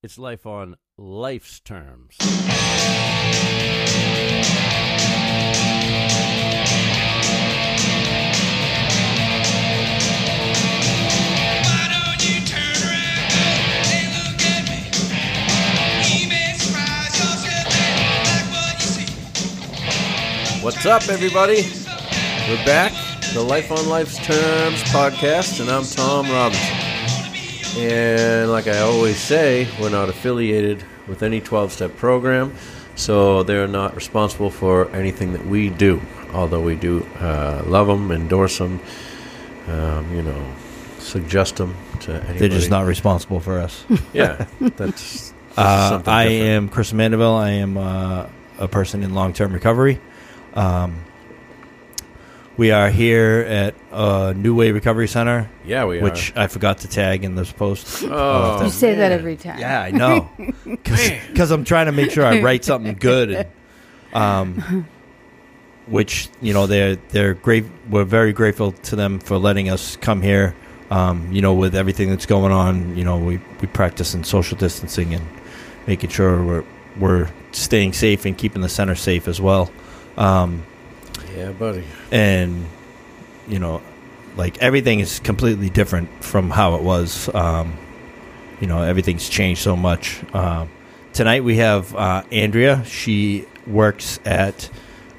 It's life on life's terms. What's up, everybody? We're back, the Life on Life's Terms podcast, and I'm Tom Robinson. And like I always say, we're not affiliated with any 12 step program, so they're not responsible for anything that we do, although we do uh, love them, endorse them, um, you know, suggest them to anybody. They're just not responsible for us. Yeah, that's. that's Uh, something I different. am Chris Mandeville. I am uh, a person in long term recovery. Um, we are here at uh, New Way Recovery Center, Yeah, we which are. I forgot to tag in this post. Oh, You You say that man. every time. Yeah, I know. Because I'm trying to make sure I write something good. And, um, which you know they're they're great. We're very grateful to them for letting us come here. Um, you know, with everything that's going on, you know, we we practice in social distancing and making sure we're we're staying safe and keeping the center safe as well. Um, Yeah, buddy. and you know like everything is completely different from how it was um, you know everything's changed so much um, tonight we have uh, andrea she works at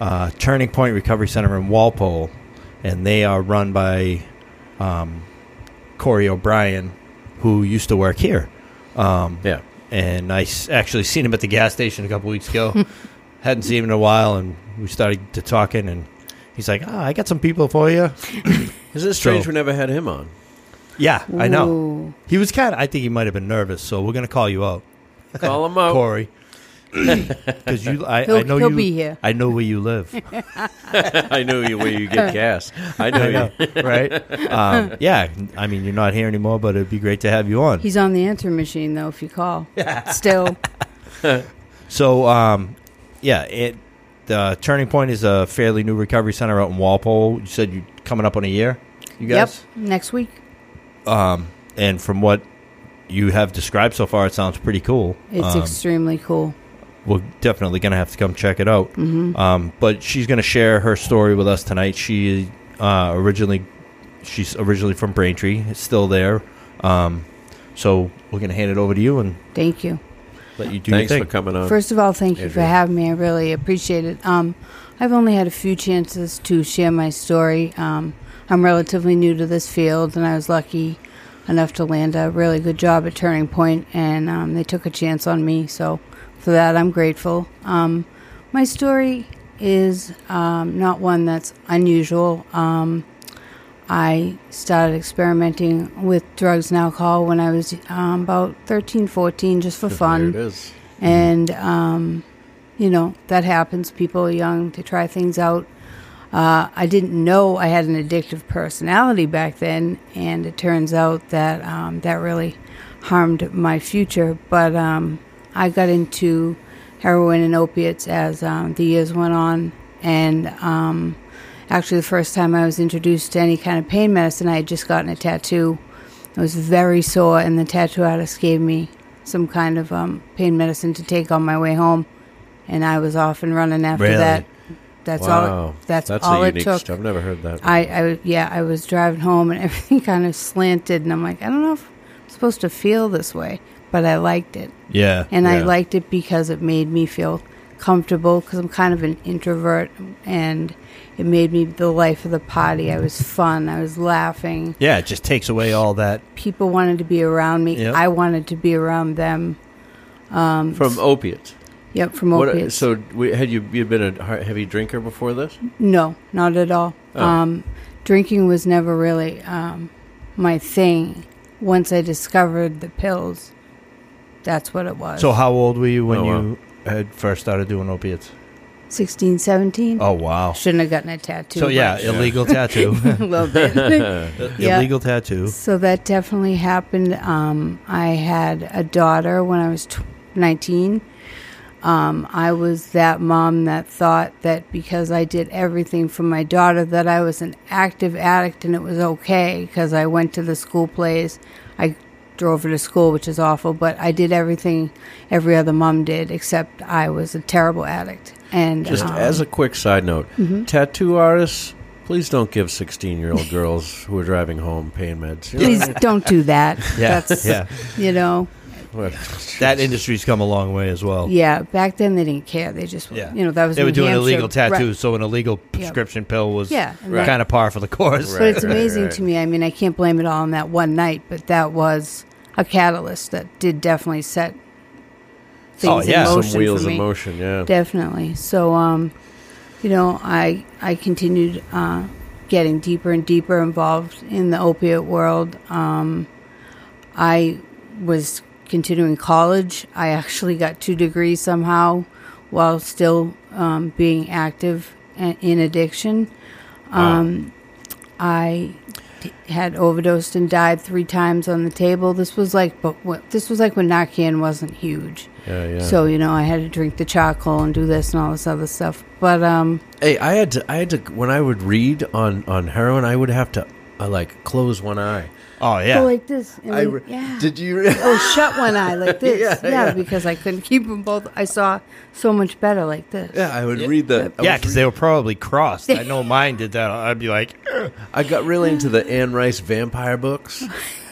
uh, turning point recovery center in walpole and they are run by um, corey o'brien who used to work here um, Yeah. and I s- actually seen him at the gas station a couple weeks ago. Hadn't seen him in a while, and we started to talking, and he's like, "Ah, I got some people for you." Isn't it strange So- we never had him on? Yeah, I know. Ooh. He was kind of. I think he might have been nervous, so we're gonna call you out, Call him out. Corey, because you. I, I Oh. He'll- know he'll you. be here. I know where you live. I know you where you get gas. I know, I know, you. right? Um, yeah, I mean, you're not here anymore, but it'd be great to have you on. He's on the answer machine though. If you call, still. So, um, yeah, it. The Turning Point is a fairly new recovery center out in Walpole. You said you coming up on a year. You guys. Yep. Next week. um, and from what you have described so far, it sounds pretty cool. It's um, extremely cool. we're definitely going to have to come check it out. Mm-hmm. Um, but she's going to share her story with us tonight. She uh, originally, she's originally from Braintree. It's still there. Um, so we're going to hand it over to you and Thank you. let you do Thanks your for thing. coming on. First of all, thank you for Andrea. having me. I really appreciate it. Um, I've only had a few chances to share my story. Um, I'm relatively new to this field, and I was lucky enough to land a really good job at Turning Point, and um, they took a chance on me. So for that, I'm grateful. Um, my story is um, not one that's unusual. Um, I started experimenting with drugs and alcohol when I was um, about 13, 14, just for fun There it is. and um, you know that happens. People are young to try things out. Uh, I didn't know I had an addictive personality back then, and it turns out that um, that really harmed my future. But um, I got into heroin and opiates as um, the years went on, and um, actually, the first time I was introduced to any kind of pain medicine, I had just gotten a tattoo. I was very sore, and the tattoo artist gave me some kind of um, pain medicine to take on my way home, and I was off and running after Really? that. That's wow. all. That's, that's all a it unique took. st- I've never heard that. I, I, yeah, I was driving home and everything kind of slanted, and I'm like, I don't know if I'm supposed to feel this way, but I liked it, Yeah, and I Yeah. liked it because it made me feel comfortable because I'm kind of an introvert, and it made me the life of the party. I was fun. I was laughing yeah. It just takes away all that. people wanted to be around me. Yep. I wanted to be around them. from opiates. Yep, from What- uh, opiates. so we, had you you been a har- heavy drinker before this? no, not at all. Oh. Um, drinking was never really um, my thing. Once I discovered the pills, that's what it was. So, how old were you when Oh, wow. you had first started doing opiates? 16, 17. Oh wow! Shouldn't have gotten a tattoo. So yeah, but- illegal tattoo. a little bit. Yeah. Illegal tattoo. So that definitely happened. Um, I had a daughter when I was tw 19. Um, I was that mom that thought that because I did everything for my daughter that I was an active addict and it was okay because I went to the school plays, I drove her to school, which is awful. But I did everything every other mom did, except I was a terrible addict. And Just um, as a quick side note, Mm-hmm. tattoo artists, please don't give 16 year old girls who are driving home pain meds. You know please don't do that. Yeah, That's yeah. you know, what? That industry's come a long way as well. yeah. Back then they didn't care. They just Yeah. you know that was they were New doing Hampshire. illegal tattoos, Right. so an illegal prescription pill was Yeah, and Right. kind of par for the course. Right. But it's amazing right. to me. I mean, I can't blame it all on that one night, but that was a catalyst that did definitely set Oh, things yeah. in Some motion Some wheels for me. in motion, yeah. Definitely. So, um, you know, I I continued uh, getting deeper and deeper involved in the opiate world. Um, I was continuing college. I actually got two degrees somehow while still um, being active a- in addiction. Um, I d- had overdosed and died three times on the table. This was like, but what, this was like when Narcan wasn't huge. Yeah, yeah. So you know, I had to drink the charcoal and do this and all this other stuff. But um, Hey, I had to. I had to. When I would read on on heroin, I would have to uh, like close one eye. Oh yeah, go like this. And I then- re- yeah. did you? oh, shut one eye like this. Yeah, yeah, yeah. because I couldn't keep them both. I saw so much better like this. yeah, I would read the. I yeah, was because they were probably crossed. I know mine did that. I'd be like, "Ugh." I got really into the Anne Rice vampire books,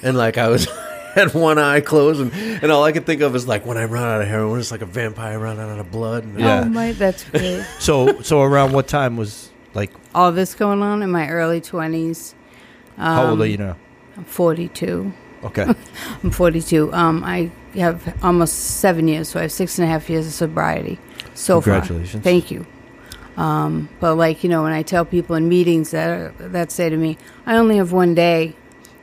and like I was had one eye closed, and, and all I could think of is like when I run out of heroin, it's like a vampire running out of blood. And Yeah. Oh my, that's great. so so around what time was like? all this going on in my early twenties. how Um, old are you now? I'm 42. Okay, I'm 42. Um, I have almost seven years, so I have six and a half years of sobriety so Congratulations. far. Thank you. Um, but like you know, when I tell people in meetings that that say to me, "I only have one day,"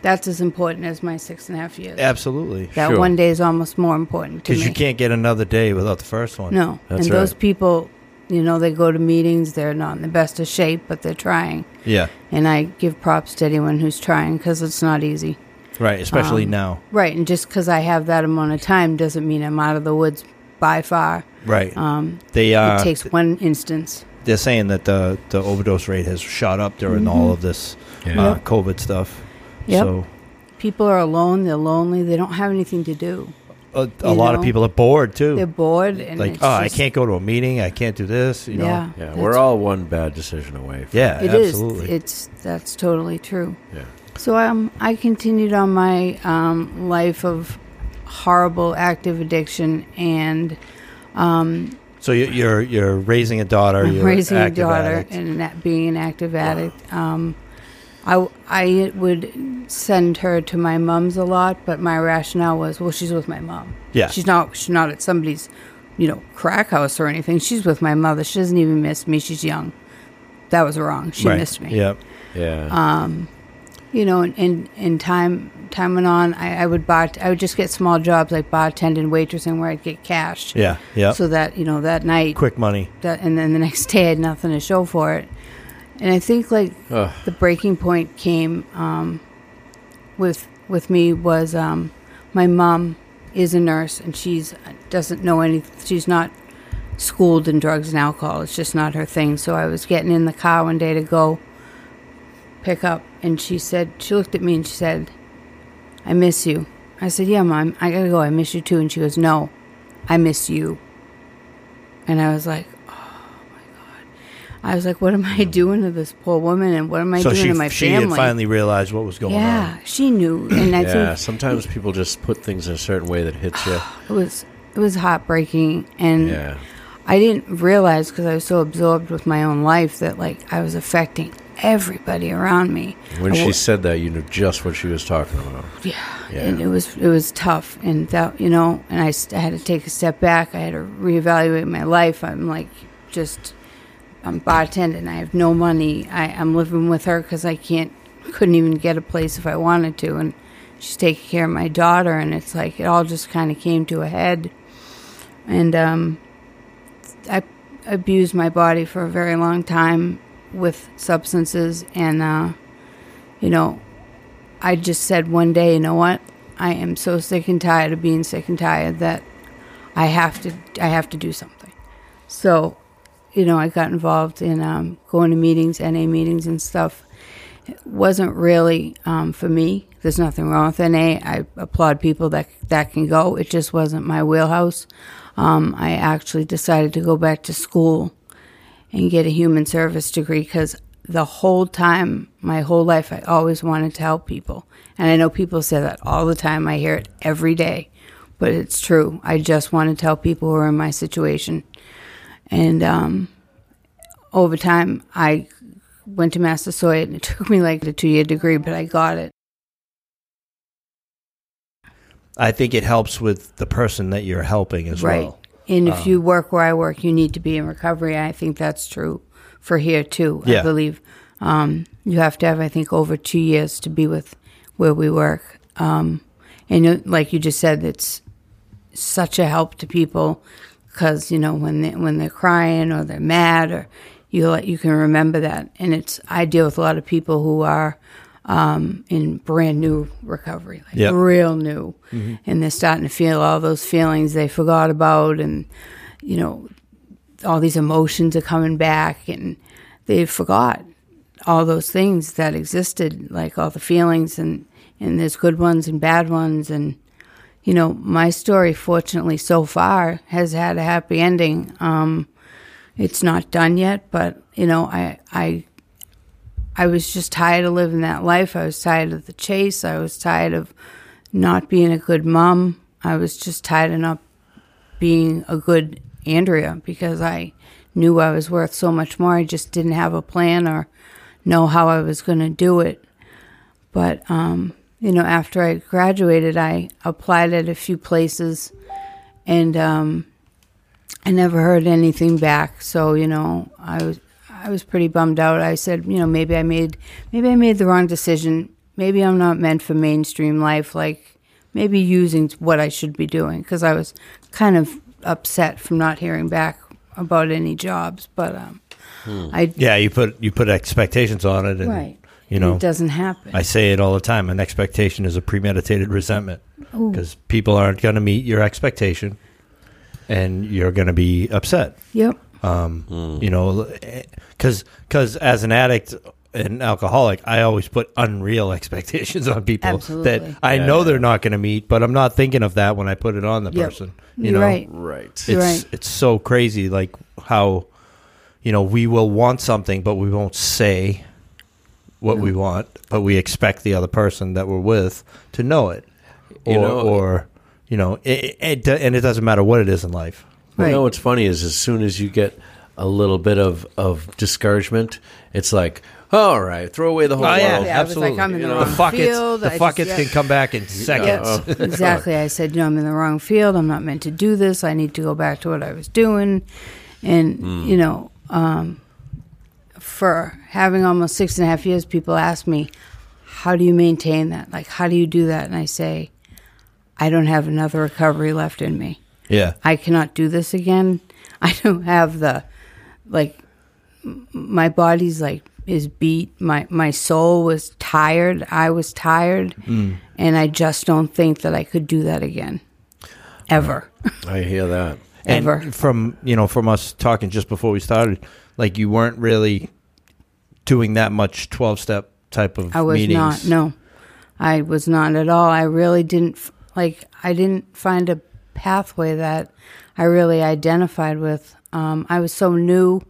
that's as important as my six and a half years. absolutely. that sure. one day is almost more important to me. Because you can't get another day without the first one. No, That's and those right. people, you know, they go to meetings. They're not in the best of shape, but they're trying. Yeah. And I give props to anyone who's trying because it's not easy. Right. Um, Especially now. Right, and just because I have that amount of time doesn't mean I'm out of the woods by far. Right. Um, they uh, it takes one instance. they're saying that the the overdose rate has shot up during all of this Yeah. uh, COVID stuff. Mm-hmm. Yep. So People are alone. They're lonely. They don't have anything to do. a, a You lot of know? people are bored too. They're bored. And like, oh, it's I just- can't go to a meeting. I can't do this. You know. Yeah, yeah, that's- we're all one bad decision away. From, Yeah. It is. absolutely. It's that's totally true. yeah. So um, I continued on my um, life of horrible active addiction, and so you, you're you're raising a daughter. I'm you're raising a active daughter addict. and an, act- being an active addict. Um, I w- I would send her to my mom's a lot, but my rationale was, well, she's with my mom. Yeah. she's not she's not at somebody's, you know, crack house or anything. She's with my mother. She doesn't even miss me. She's young. That was wrong. She right. missed me. Yeah. Yeah. Uh, you know, and, and, and time time went on, I, I would bart, I would just get small jobs like bartending, waitressing, where I'd get cash. Yeah. Yeah. So that you know that night, Quick money. that, and then the next day I had nothing to show for it, and I think like Ugh. the breaking point came um, with with me was um, my mom is a nurse and she's doesn't know any, she's not schooled in drugs and alcohol. It's just not her thing. So I was getting in the car one day to go pick up and she said she looked at me and she said i miss you i said yeah mom i gotta go i miss you too and she goes no i miss you and i was like oh my god i was like what am i doing to this poor woman and what am i Mm-hmm. so doing she to my she family had finally realized what was going yeah on. she knew and i yeah. think Sometimes people just put things in a certain way that hits you. it was it was heartbreaking and Yeah. I didn't realize because I was so absorbed with my own life that like I was affecting everybody around me. When I she wa- said that, you knew just what she was talking about. yeah, Yeah. and it was it was tough, and that you know, and I, st- I had to take a step back. I had to reevaluate my life. I'm like just I'm bartending. I have no money. I, I'm living with her because I can't couldn't even get a place if I wanted to, and she's taking care of my daughter, and it's like it all just kind of came to a head, and um, I abused my body for a very long time with substances, and uh, you know, I just said one day, you know what? I am so sick and tired of being sick and tired that I have to I have to do something. So, you know, I got involved in um, going to meetings, NA meetings and stuff. wasn't really um, for me. There's nothing wrong with NA. I applaud people that that can go. It just wasn't my wheelhouse. Um, I actually decided to go back to school and get a human service degree because the whole time, my whole life, I always wanted to help people. And I know people say that all the time. I hear it every day, but it's true. I just wanted to help people who are in my situation. And um, over time, I went to Massasoit and it took me like a two year degree, but I got it. I think it helps with the person that you're helping as Right. well. Um, And if you work where I work, you need to be in recovery. I think that's true for here too. Yeah. I believe um, you have to have, I think, over two years to be with where we work. Um, and it- like you just said, it's such a help to people because you know when they, when they're crying or they're mad or you let you can remember that. And it's I deal with a lot of people who are um, in brand new recovery, like Yep. real new, and they're starting to feel all those feelings they forgot about, and you know all these emotions are coming back, and they forgot all those things that existed, like all the feelings, and and there's good ones and bad ones, and you know my story, fortunately, so far has had a happy ending. Um, it's not done yet, but you know I I I was just tired of living that life. I was tired of the chase. I was tired of not being a good mom. I was just tired of not being a good Andrea because I knew I was worth so much more. I just didn't have a plan or know how I was going to do it. But, um, you know, after I graduated, I applied at a few places and um, I never heard anything back. So, you know, I was. I was pretty bummed out. I said, you know, maybe I made maybe I made the wrong decision. Maybe I'm not meant for mainstream life. Like maybe using what I should be doing because I was kind of upset from not hearing back about any jobs. But um, I Yeah, you put you put expectations on it, and right, you know it doesn't happen. I say it all the time. An expectation is a premeditated resentment because people aren't going to meet your expectation, and you're going to be upset. yep, Um, Hmm. You know, because because as an addict and alcoholic, I always put unreal expectations on people Absolutely. that I know they're not going to meet, but I'm not thinking of that when I put it on the Yep. person. You you're know, right. Right. You're it's right. it's so crazy like how you know we will want something but we won't say what we want but we expect the other person that we're with to know it or You know- or you know it, it, do- and it doesn't matter what it is in life You know Right. what's funny is as soon as you get a little bit of, of discouragement, it's like, all right, throw away the whole Oh, yeah. world. Yeah, I was like, absolutely. I'm in You the, know, the wrong fuck field. the I fuck just- can yeah. come back in seconds Yes, exactly. I said, no, I'm in the wrong field. I'm not meant to do this. I need to go back to what I was doing. And, you know, um, for having almost six and a half years, people ask me, how do you maintain that? Like, how do you do that? And I say, I don't have another recovery left in me. yeah I cannot do this again. I don't have the like m- my body's like is beat. My my soul was tired. I was tired, and I just don't think that I could do that again, ever. I hear that. and Ever. from you know from us talking just before we started like you weren't really doing that much 12 step type of I was meetings not. No, I was not at all. I really didn't f- like. I didn't find a pathway that I really identified with. Um, I was so new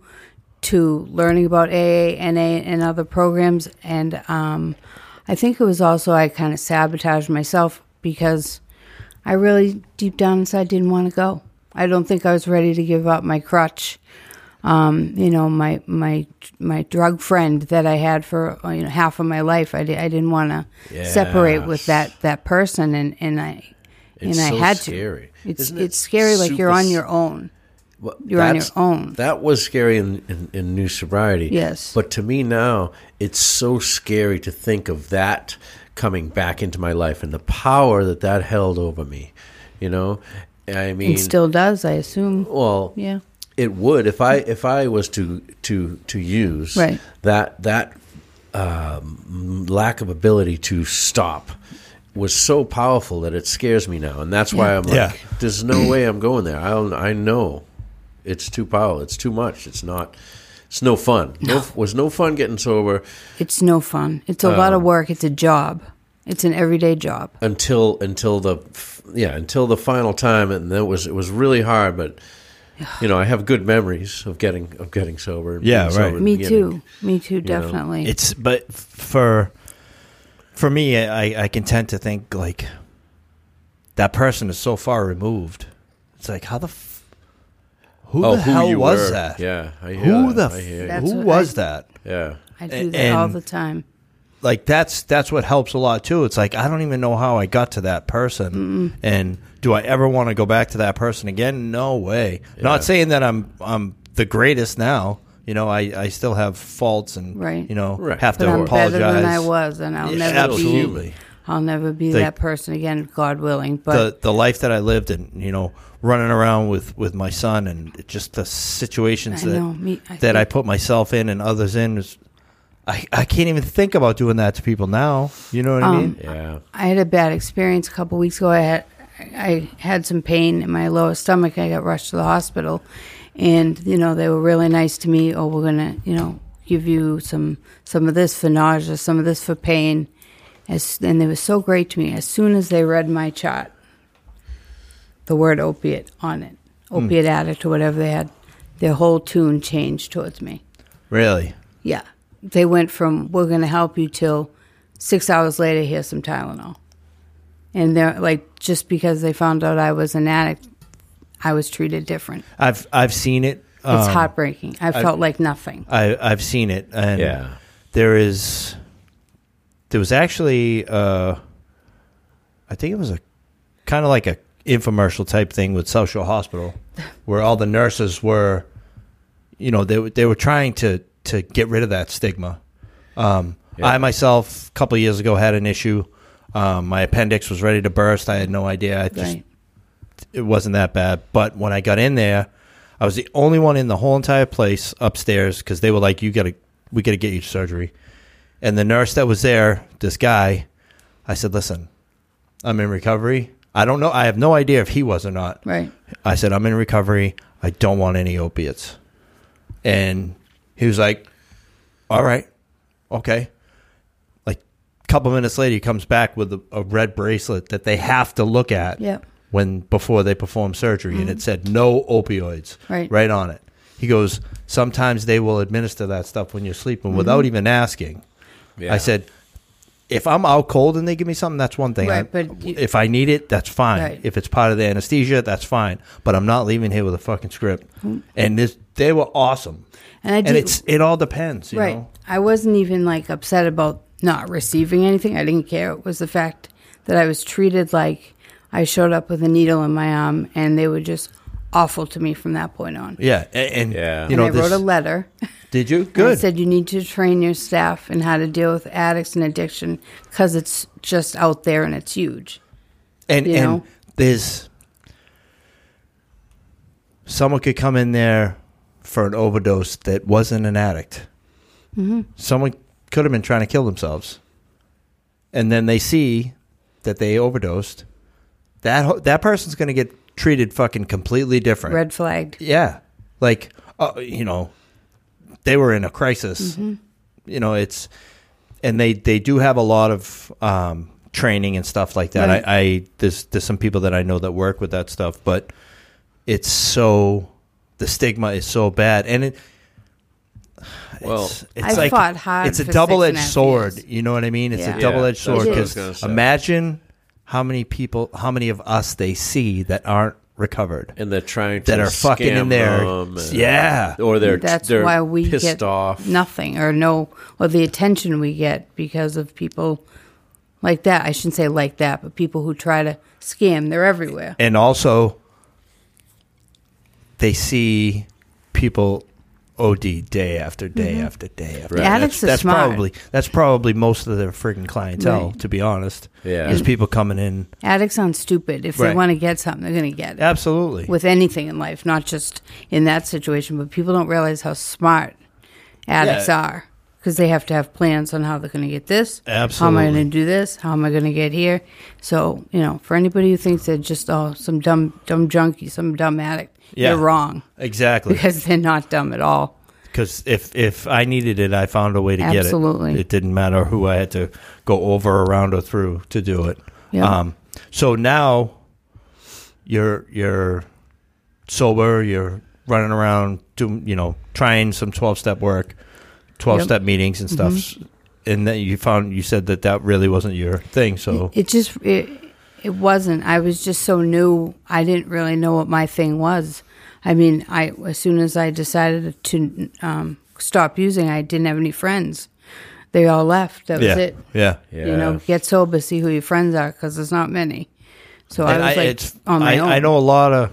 to learning about AA, NA, and other programs, and um, I think it was also I kind of sabotaged myself because I really deep down inside didn't want to go. I don't think I was ready to give up my crutch um, you know, my my my drug friend that I had for uh, you know half of my life. I, di- I didn't want to separate with that that person, and and I It's and so I had scary. to. It's Isn't it it's scary. Like you're super on s- your own. Well, You're on your that's- own. That was scary in, in, in new sobriety. Yes. But to me now, it's so scary to think of that coming back into my life and the power that that held over me. You know, I mean, It still does, I assume. well, Yeah. it would if I if I was to to to use Right. that that um, lack of ability to stop was so powerful that it scares me now, and that's why Yeah. I'm like, Yeah. there's no way I'm going there. I I know it's too powerful. It's too much. It's not. It's no fun. No. f- was no fun getting sober It's no fun. It's a Oh. lot of work. It's a job. It's an everyday job. until until the f- yeah until the final time, and that was it was really hard. But you know, I have good memories of getting of getting sober. and Yeah, being sober right. at the Me beginning. too. Me too. Definitely. It's but for for me, I I can tend to think like that person is so far removed. It's like how the f- who Oh, the who hell you was were. that? Yeah, I hear who that. I hear the you. f- That's who what was I- that? yeah. I do that and- all the time. Like that's that's what helps a lot too. It's like I don't even know how I got to that person, and do I ever want to go back to that person again? No way. Yeah. Not saying that I'm I'm the greatest now. You know, I, I still have faults and Right. you know Right. have to But I'm apologize. better than I was, and I'll Yeah, never be. absolutely. I'll never be The- that person again, God willing. But the the life that I lived and you know running around with with my son and it- just the situations I that know, me- I that I think- put myself in and others in is I I can't even think about doing that to people now. You know what Um, I mean? Yeah. I had a bad experience a couple weeks ago. I had I had some pain in my lower stomach. I got rushed to the hospital, and you know they were really nice to me. Oh, we're gonna you know give you some some of this for nausea, some of this for pain. As and they were so great to me. As soon as they read my chart, the word opiate on it, opiate addict or whatever they had, their whole tune changed towards me. Really? Yeah, they went from we're going to help you till six hours later. Here's some Tylenol, and they're like just because they found out I was an addict, I was treated different. I've I've seen it. It's um, heartbreaking. I felt like nothing. I I've seen it and Yeah. there is there was actually uh I think it was a kind of like a infomercial type thing with social hospital where all the nurses were you know they were- they were trying to to get rid of that stigma. Um Yeah. I myself a couple of years ago had an issue. Um, my appendix was ready to burst. I had no idea. I just Right. it wasn't that bad. But when I got in there, I was the only one in the whole entire place upstairs because they were like, "You gotta, we gotta get you surgery." And the nurse that was there, this guy, I said, "Listen, I'm in recovery. I don't know. I have no idea if he was or not. Right. I said, I'm in recovery. I don't want any opiates. And he was like, All right. Okay. Like a couple minutes later, he comes back with a, a red bracelet that they have to look at Yep. Mm-hmm. when before they perform surgery. And it said, No opioids Right. right on it. He goes, Sometimes they will administer that stuff when you're sleeping Mm-hmm. without even asking. Yeah. I said, if I'm out cold and they give me something, that's one thing. Right, I- but you- if I need it, that's fine. Right. If it's part of the anesthesia, that's fine. But I'm not leaving here with a fucking script. And this, they were awesome. Mm. And I And do- it's it all depends, you right. know. I wasn't even like upset about not receiving anything. I didn't care. It was the fact that I was treated like I showed up with a needle in my arm, and they were just awful to me from that point on. Yeah, a- and, Yeah. you know, and I this, wrote a letter. did you And I good? said you need to train your staff in how to deal with addicts and addiction because it's just out there and it's huge. and you and know? there's someone could come in there for an overdose that wasn't an addict. Mm-hmm. Someone could have been trying to kill themselves, and then they see that they overdosed. That ho- that person's going to get treated fucking completely different. Red flagged. Yeah, like uh, you know, they were in a crisis. Mm-hmm. You know, it's and they they do have a lot of um, training and stuff like that. Right. I, I there's there's some people that I know that work with that stuff, but it's so the stigma is so bad, and it. Well- it's, I it's like fought hard it's a for double edged six and a half sword. years. You know what I mean? It's Yeah. a double edged Yeah, that's what sword I It because was gonna say. imagine how many people, how many of us they see that aren't recovered. and they're trying to That are fucking in scam there. them and- Yeah. or they're That's they're why we pissed get off. nothing or no or the attention we get because of people like that. I shouldn't say like that, but people who try to scam, they're everywhere. and also they see people OD day after day Mm-hmm. after day after Right. day. Addicts are that's smart. probably that's probably most of their freaking clientele, Right. to be honest. Yeah. is people coming in Addicts aren't stupid. If Right. they want to get something, they're going to get it. absolutely with anything in life, not just in that situation, but people don't realize how smart addicts Yeah. are. 'Cause are because they have to have plans on how they're going to get this. How am I Absolutely. going to do this? How am I going to get here? So, you know, for anybody who thinks they're just oh, some dumb dumb junkie, some dumb addict, Yeah. you're wrong exactly. because they're not dumb at all. because if if I needed it, I found a way to Absolutely. get it. It didn't matter who I had to go over, around, or through to do it. Yeah. Um, so now you're you're sober. You're running around doing you know trying some twelve step work, twelve step meetings and stuff. Mm-hmm. And then you found you said that that really wasn't your thing. So It just it, it wasn't. I was just so new. I didn't really know what my thing was. I mean, I as soon as I decided to um, stop using, I didn't have any friends. They all left. That was yeah, it. yeah, You know, get sober, see who your friends are, because there's not many. So I And was like it's- on my I, own. I know a lot of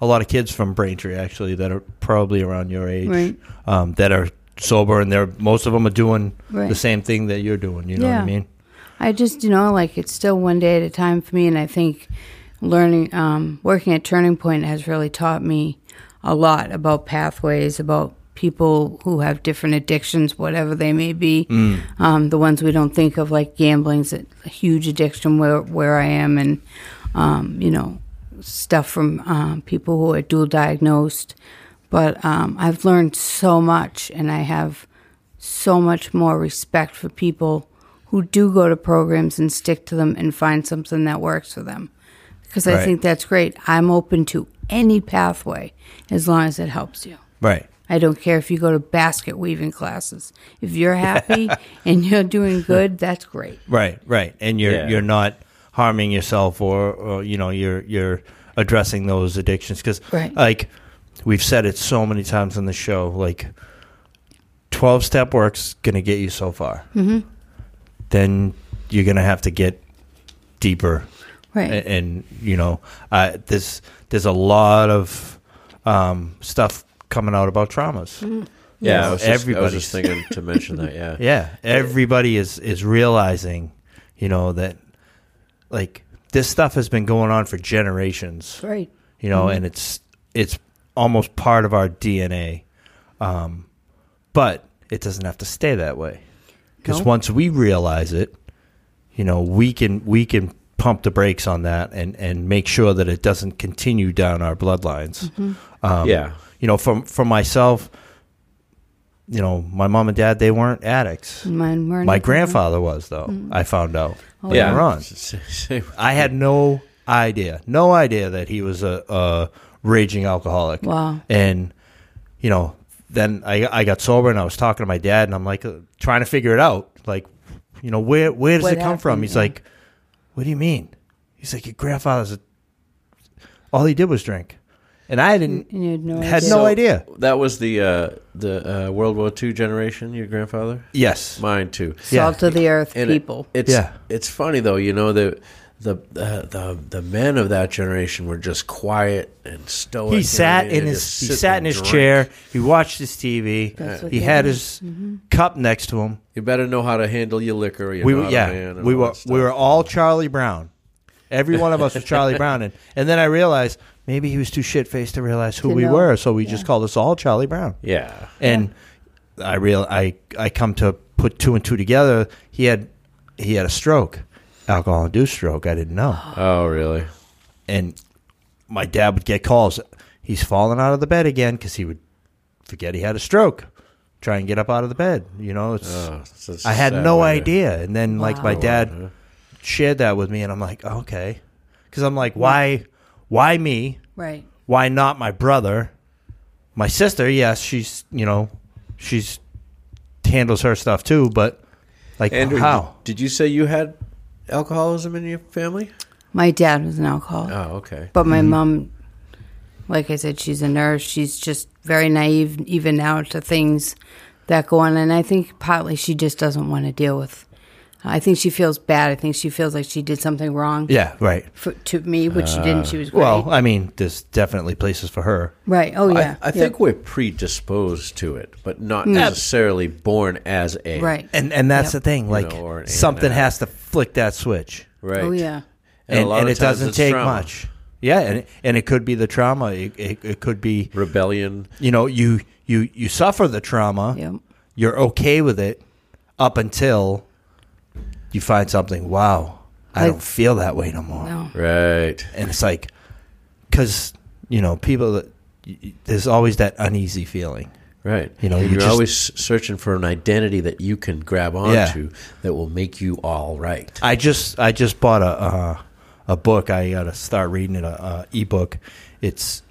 a lot of kids from Braintree actually that are probably around your age Right. um, that are sober and they're most of them are doing the Right. same thing that you're doing. You know what I Yeah. mean? I just, you know, like it's still one day at a time for me. And I think learning, um, working at Turning Point has really taught me a lot about pathways, about people who have different addictions, whatever they may be. Mm. Um, the ones we don't think of, like gambling's a a huge addiction where, where I am, and, um, you know, stuff from um, people who are dual diagnosed. But um, I've learned so much, and I have so much more respect for people who do go to programs and stick to them and find something that works for them. Because I Right. think that's great. I'm open to any pathway as long as it helps you. Right. I don't care if you go to basket weaving classes. If you're happy and you're doing good, that's great. Right, right, and you're Yeah. you're not harming yourself, or, or you know, you're you're addressing those addictions because, Right. like, we've said it so many times on the show, like, twelve step work's gonna get you so far. Mm-hmm. Then you're gonna have to get deeper Right. a- and you know uh, there's there's a lot of um, stuff coming out about traumas Mm-hmm. Yeah, I was just, I was everybody's- just thinking to mention that. Yeah, yeah everybody is is realizing you know that like this stuff has been going on for generations Right. you know and it's it's almost part of our dna um, but it doesn't have to stay that way because No. once we realize it you know we can we can pump the brakes on that and and make sure that it doesn't continue down our bloodlines um, Yeah. you know from for myself you know my mom and dad they weren't addicts Mine weren't my grandfather was though i found out later yeah. on Same. I had no idea, no idea that he was a, a raging alcoholic. Wow. And you know, then I I got sober and I was talking to my dad and I'm like uh, trying to figure it out, like you know where where does What it come from? happened, He's yeah. like, what do you mean? He's like your grandfather's. A, all he did was drink, and I didn't And you had no had idea. no So- idea. That was the uh, the uh, World War II generation. Your grandfather, Yes, mine too. yeah. Salt of the earth And it- people. it's Yeah. it's funny though. You know the the uh, the the men of that generation were just quiet and stoic. you he know what sat I mean? in They his just he sit sat in and his drink. chair. He watched his TV. That's what He they had did. Mm-hmm. his cup next to him. You better know how to handle your liquor. Or your we were yeah man and we all were that stuff. we were all Charlie Brown. Every one of us was Charlie Brown, and, and then I realized maybe he was too shit faced to realize who To we know. were, so we just called us all Charlie Brown. yeah. And I real I I come to put two and two together. He had he had a stroke, alcohol induced stroke. I didn't know, Oh really? and my dad would get calls. He's falling out of the bed again because he would forget he had a stroke. Try and get up out of the bed. You know, it's Oh, it's a I had sad no way to- idea. And then like my Wow. dad Huh? shared that with me and I'm like, okay. Cuz I'm like, why why me? Right. Why not my brother? My sister, yes, she's, you know, she's handles her stuff too, but like Andrew, how? Did, did you say you had alcoholism in your family? My dad was an alcoholic. Oh, okay. But my mom, like I said, she's a nurse. She's just very naive, even now, to things that go on. And I think partly she just doesn't want to deal with. I think she feels bad. I think she feels like she did something wrong Yeah, right. for, to me, which she didn't. She was great. Well, I mean, there's definitely places for her. right. Oh, I- yeah. I, think we're predisposed to it, but not necessarily born as a Yep. Right. And and that's Yep. the thing, like know, or an something A&R. has to flick that switch. Right. Oh, yeah. And, a And, lot and of it times doesn't it's take trauma. much. Yeah, and and it could be the trauma. It, it, it could be Rebellion. you know you you you suffer the trauma Yep. you're okay with it up until you find something wow i Like- don't feel that way no more No. Right. and it's like because you know people that y- y- there's always that uneasy feeling Right. You know, you're you just- always searching for an identity that you can grab onto Yeah. that will make you all right. I just I just bought a uh, a book. I got to start reading it. A, a ebook. It's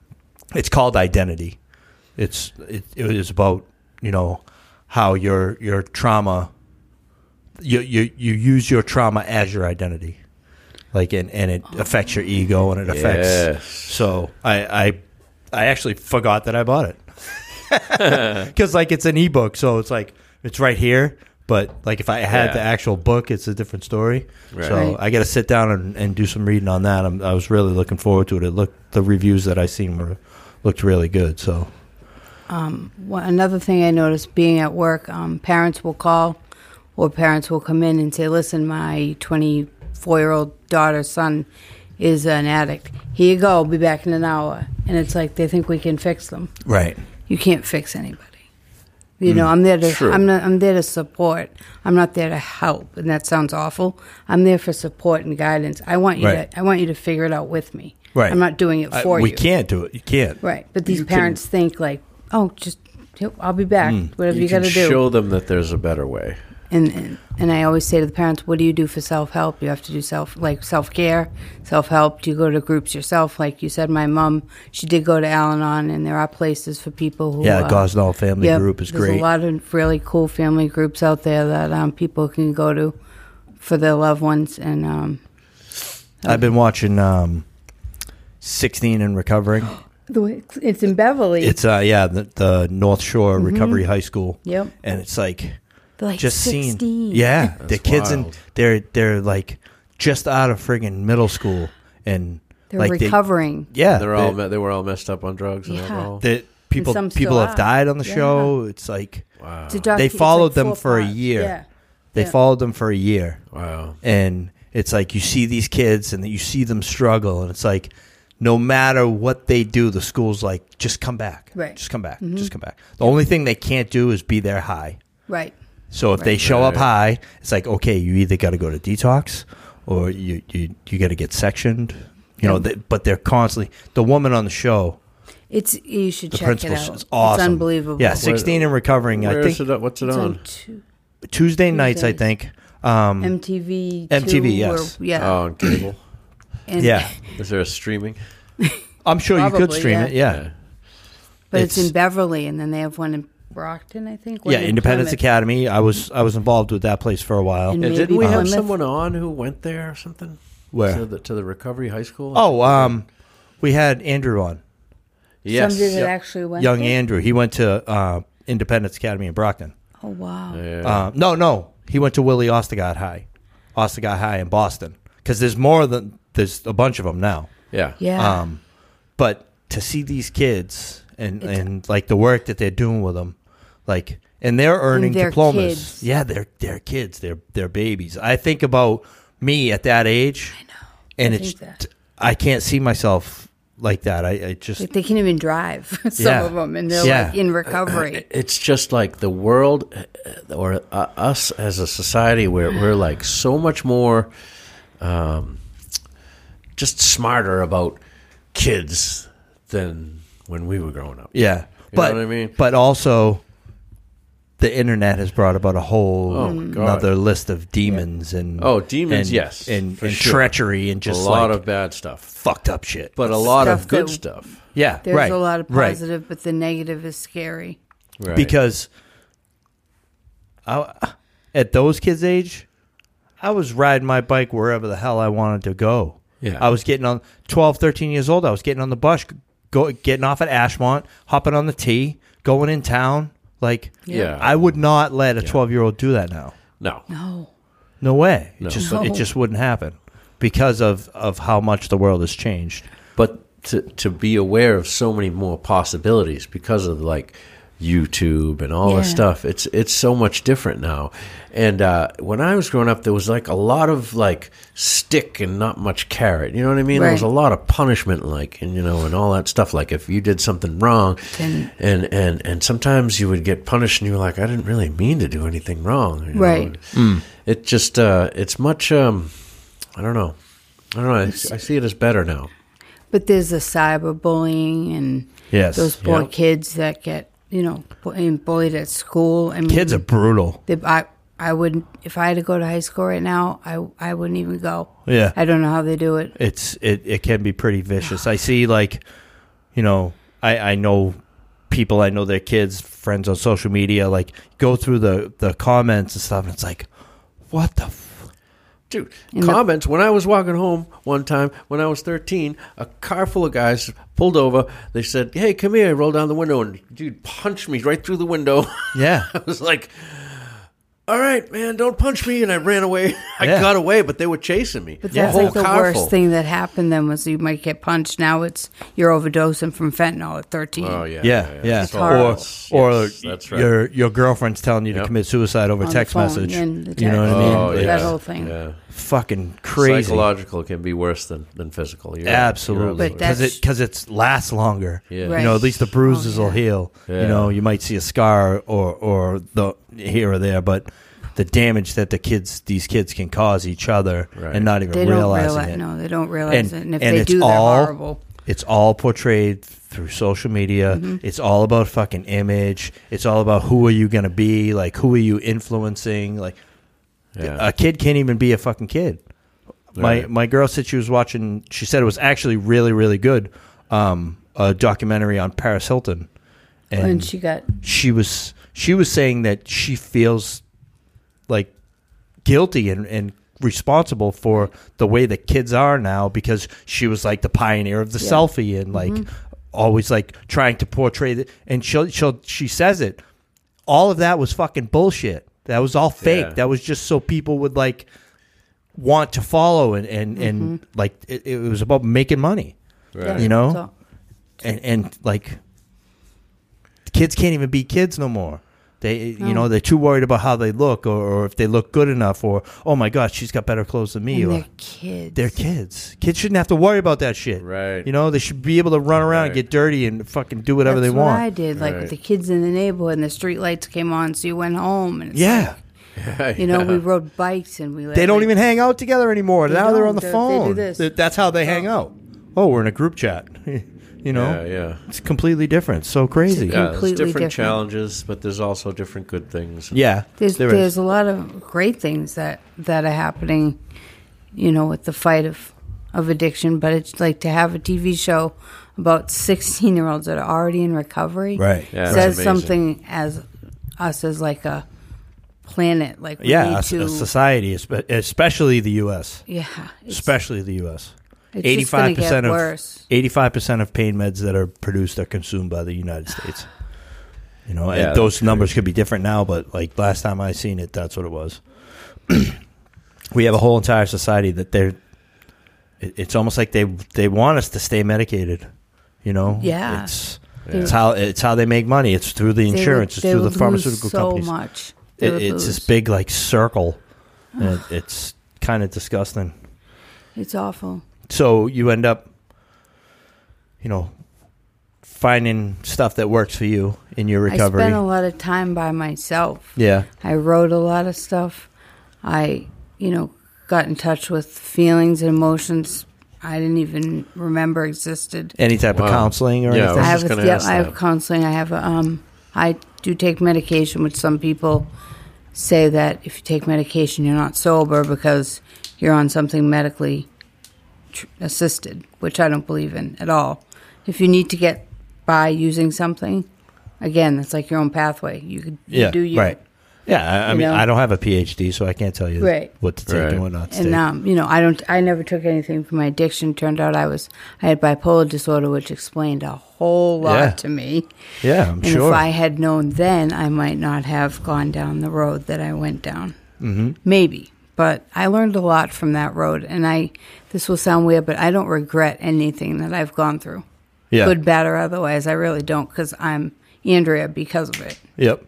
it's called Identity. It's it, it is about you know how your your trauma you you you use your trauma as your identity, like and and it affects your ego and it affects. Yes. So I I I actually forgot that I bought it because like it's an ebook, so it's like it's right here. But like if I had Yeah. the actual book, it's a different story. Right. So Right. I got to sit down and, and do some reading on that. I'm, I was really looking forward to it. It looked the reviews that I seen were looked really good. So One, another thing I noticed being at work, um, parents will call or parents will come in and say, Listen, my 24 year old daughter's son is an addict. Here you go, be back in an hour. And it's like they think we can fix them. right, You can't fix anybody. You Mm, know, I'm there to true. I'm not, I'm there to support. I'm not there to help, and that sounds awful. I'm there for support and guidance. I want you Right. to I want you to figure it out with me. right. I'm not doing it I- for we you. can't do it. You can't. Right. But these You can- parents think like, oh, just yep, I'll be back. Mm. Whatever you, got can to do. show them that there's a better way. and, and and I always say to the parents, what do you do for self help? You have to do self like self care, self help. Do you go to groups yourself? Like you said, my mom, she did go to Al Anon, and there are places for people who Yeah, uh, Gosnell Family yeah, Group is there's great. a lot of really cool family groups out there that um, people can go to for their loved ones and. Um, I've been watching um, 16 and Recovering. the way it's- it's in Beverly. It's uh yeah the, the North Shore Recovery High School. Yep. and it's like They're like just seeing 16. yeah the kids and wild. they're they're like just out of friggin' middle school and They're like they- recovering. yeah, They're all me- they were all messed up on drugs and Yeah. alcohol. that people some still people have are. died on the Yeah. show. It's like wow. It's a docu- They it's like followed them four for a parts. year. Yeah. they Yeah. followed them for a year Wow. and it's like you see these kids and you see them struggle and it's like no matter what they do the school's like just come back Right. Mm-hmm. just come back just come back the only thing they can't do is be there high Right. So if they Right. show up Right. high, it's like okay, you either got to go to detox or you you, you got to get sectioned. You know, Yeah. they, but they're constantly the woman on the show. It's you should The check it principal out. is awesome. It's unbelievable. Yeah, sixteen and recovering. I Where's think it, at- what's it It's on? on two- Tuesday nights. I Tuesday. think. Um, MTV. MTV, two yes. Or, yeah. Oh, on cable. and- yeah, Is there a streaming? I'm sure you could Probably, stream yeah. it. Yeah, But it's, it's- in Beverly, and then they have one in Brockton, I think. one yeah. in Independence Plymouth. Academy. I was I was involved with that place for a while. And Yeah, maybe didn't we have Plymouth. someone on who went there or something? Where? to the, to the recovery high school? oh, um, we had Andrew on, yes, Somebody that Yep. actually went. young there? Andrew. He went to uh, Independence Academy in Brockton. Oh wow. Yeah. Uh, no, no, he went to Willie Ostegod High, Ostegod High in Boston. Because there's more than there's a bunch of them now. yeah, Yeah. Um, but to see these kids and It's- and like the work that they're doing with them, like and they're earning they're diplomas. kids. Yeah, they're they're kids. They're they're babies. I think about me at that age. I know. And I it's think that. I can't see myself like that. I, I just like they can't even drive. Some Yeah. of them, and they're Yeah. Uh, like in recovery. it's just like the world uh, or uh, us as a society we're, we're like so much more um, just smarter about kids than when we were growing up Yeah, You know but what I mean? but also the internet has brought about a whole Oh, my God. another list of demons and Oh, demons, and- yes, and, for and sure. treachery and a just lot like of bad stuff fucked up shit. but a lot of Stuff good that- stuff yeah, There's right, a lot of right. positive, but the negative is scary. right. because I, at those kids' age, I was riding my bike wherever the hell I wanted to go. Yeah. I was getting on 12, 13 years old. I was getting on the bus, go, getting off at Ashmont, hopping on the T, going in town. Like, Yeah. I would not let a 12 year old do that now. no No. No way. No. It just No. it just wouldn't happen because of of how much the world has changed. but to, to be aware of so many more possibilities because of like YouTube and all this Yeah. stuff. It's it's so much different now. And uh, when I was growing up, there was like a lot of like stick and not much carrot. You know what I mean? There was a Right. lot of punishment, like and you know, and all that stuff. Like if you did something wrong, Then- and and and sometimes you would get punished, and you were like, I didn't really mean to do anything wrong. you know? Right. It just uh, it's much. Um, I don't know. I don't know. I, I see it as better now. But there's the cyberbullying and Yes. those poor Yeah. kids that get you know, bu- and bullied at school. I mean, Kids are brutal. They, I, I wouldn't, if I had to go to high school right now, I, I wouldn't even go. Yeah. I don't know how they do it. it's it, it can be pretty vicious. I see like you know, I, I know people, I know their kids, friends on social media, like go through the, the comments and stuff and it's like, what the f-? Dude, In the- comments. when I was walking home one time when I was 13, a car full of guys pulled over. They said, Hey, come here. I rolled down the window and dude punched me right through the window. Yeah. I was like, All right, man, don't punch me. And I ran away. I Yeah. got away, but they were chasing me. But The that's whole like the car worst full. thing that happened then was you might get punched. Now it's you're overdosing from fentanyl at 13. Oh, yeah. Yeah, yeah. It's all- horrible. Or Yes, or that's right. your your girlfriend's telling you Yep. to commit suicide over On the text phone message. and the You know what text. Oh, I mean? yeah. That whole thing. Yeah. It's fucking crazy. Psychological can be worse than, than physical. You're- Absolutely, you're But because that's- it because it lasts longer. Yeah. Right. You know, at least the bruises Oh, will yeah. heal. Yeah. You know, you might see a scar or or the here or there, but the damage that the kids these kids can cause each other Right. and not even They don't realizing realize. it. No, they don't And- realize it. And if and they it's do, they're all- horrible. Mm-hmm. It's all portrayed through social media. It's all about fucking image. It's all about who are you going to be? Like who are you influencing? Like Yeah. a kid can't even be a fucking kid. My Right. my girl said she was watching. She said it was actually really really good. Um, a documentary on Paris Hilton, and, And she she got was she was saying that she feels like guilty and and responsible for the way that kids are now because she was like the pioneer of the Yeah. selfie and like always like trying to portray the and she'll she'll she says it all of that was fucking bullshit. That was all fake. Yeah. That was just so people would like want to follow and and, and like it, it was about making money Right. You know? So- and and like kids can't even be kids no more. They you know they're too worried about how they look or, or if they look good enough or oh my god she's got better clothes than me and or they're kids. they're kids. Kids shouldn't have to worry about that shit. Right. You know they should be able to run around and Right. get dirty and fucking do whatever That's they what want. I did, like Right. with the kids in the neighborhood, and the street lights came on, so you went home. And it's Yeah. like, you know, we rode bikes and we. They don't even hang out together anymore. They now they're don't. on the They're- they do phone. this. Th- That's how they hang out. Oh, we're in a group chat. you know, Yeah, yeah. it's completely different. So crazy. Yeah, there's Completely different, different. challenges, but there's also different good things. Yeah, There's there is. there's a lot of great things that that are happening, you know, with the fight of of addiction. But it's like to have a TV show about 16 year olds that are already in recovery. Right. Yeah, says that's amazing. something as us as like a planet, like we yeah, need a, to, a society, espe- especially the U.S. yeah, it's- Especially the U.S. it's just gonna Eighty-five get percent of worse. eighty-five percent of pain meds that are produced are consumed by the United States. You know, Yeah, and those numbers could be different now, but like last time I seen it, that's what it was. we have a whole entire society that they're. it- It's almost like they they want us to stay medicated. You know, Yeah. It's it's how it's how they make money. It's through the They would- insurance. they it's through would the pharmaceutical lose so companies. much. They It, would it's this lose. big like circle. and it- it's kind of disgusting. It's awful. So you end up, you know, finding stuff that works for you in your recovery. I spent a lot of time by myself. yeah, I wrote a lot of stuff. I, you know, got in touch with feelings and emotions I didn't even remember existed. any type Wow. of counseling or Yeah, anything. was I have just a, gonna yeah, ask I have that. counseling. I have a, um I do take medication, which some people say that if you take medication, you're not sober because you're on something medically tr- assisted, which I don't believe in at all. If you need to get by using something, again, that's like your own pathway. You could you yeah, do you. right. Yeah, I, I You mean, know? I don't have a PhD, so I can't tell you Right. what to take Right. and what not to And take. um, you know, I don't. I never took anything for my addiction. Turned out I was I had bipolar disorder, which explained a whole lot Yeah. to me. yeah, I'm And sure. if I had known then, I might not have gone down the road that I went down. Mm-hmm. Maybe, but I learned a lot from that road. And I, this will sound weird, but I don't regret anything that I've gone through, yeah. good, bad, or otherwise. I really don't, because I'm Andrea because of it. Yep.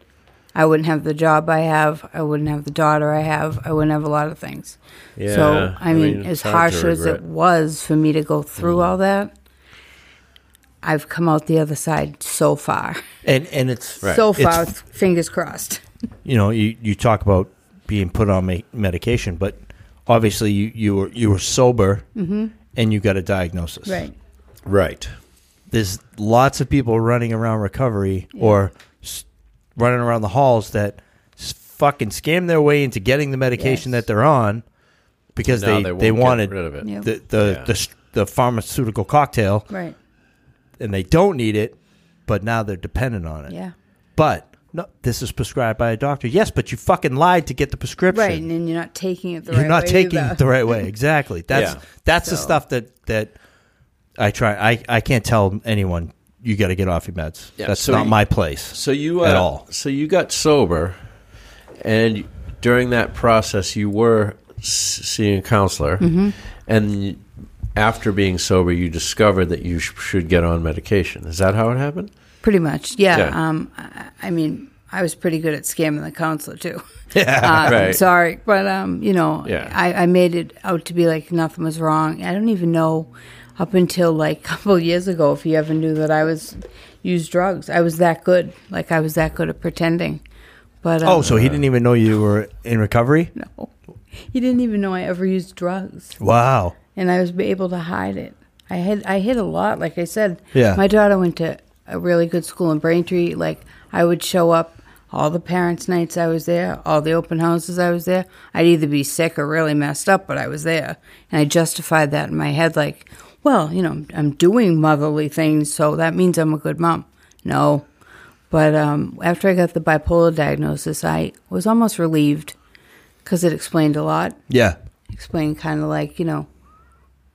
I wouldn't have the job I have. I wouldn't have the daughter I have. I wouldn't have a lot of things. Yeah, so, I I mean, mean, as it's hard to harsh as it regret. Mm-hmm. was for me to go through all that, I've come out the other side so far. And and it's So it's far, fingers crossed. you know, you, you talk about being put on ma- medication, but obviously you, you were you were sober and you got a diagnosis. Mm-hmm. Right. Right. There's lots of people running around recovery or running around the halls that s- fucking scam their way into getting the medication Yes. that they're on because Now they they, they, won't get wanted rid of it. Yep. the the, Yeah. the s- the pharmaceutical cocktail Right. and they don't need it, but now they're dependent on it. Yeah. But no, this is prescribed by a doctor. Yes, but you fucking lied to get the prescription. Right, and then you're not taking it the You're right not way. taking either. it the right way. Exactly. That's Yeah. that's the So- stuff that that I try. I I can't tell anyone you got to get off your meds. Yeah, that's so not you- my place. So you uh, At all. So you got sober, and during that process, you were s- seeing a counselor, and after being sober, you discovered that you sh- should get on medication. Is that how it happened? Pretty much, yeah. Yeah. Um, I, I mean, I was pretty good at scamming the counselor too. yeah. Uh, I'm Right. sorry, but um, you know, Yeah. I, I made it out to be like nothing was wrong. I don't even know up until like a couple of years ago if he ever knew that I was used drugs. I was that good, like I was that good at pretending. But um, oh, so he didn't even know you were in recovery. no, he didn't even know I ever used drugs. Wow. and I was able to hide it. I had I hid a lot, like I said. Yeah. My daughter went to a really good school in Braintree. Like I would show up all the parents' nights I was there, all the open houses I was there. I'd either be sick or really messed up, but I was there, and I justified that in my head, like, well, you know, I'm doing motherly things, so that means I'm a good mom. No, but um, after I got the bipolar diagnosis, I was almost relieved because it explained a lot Yeah. explain kind of like you know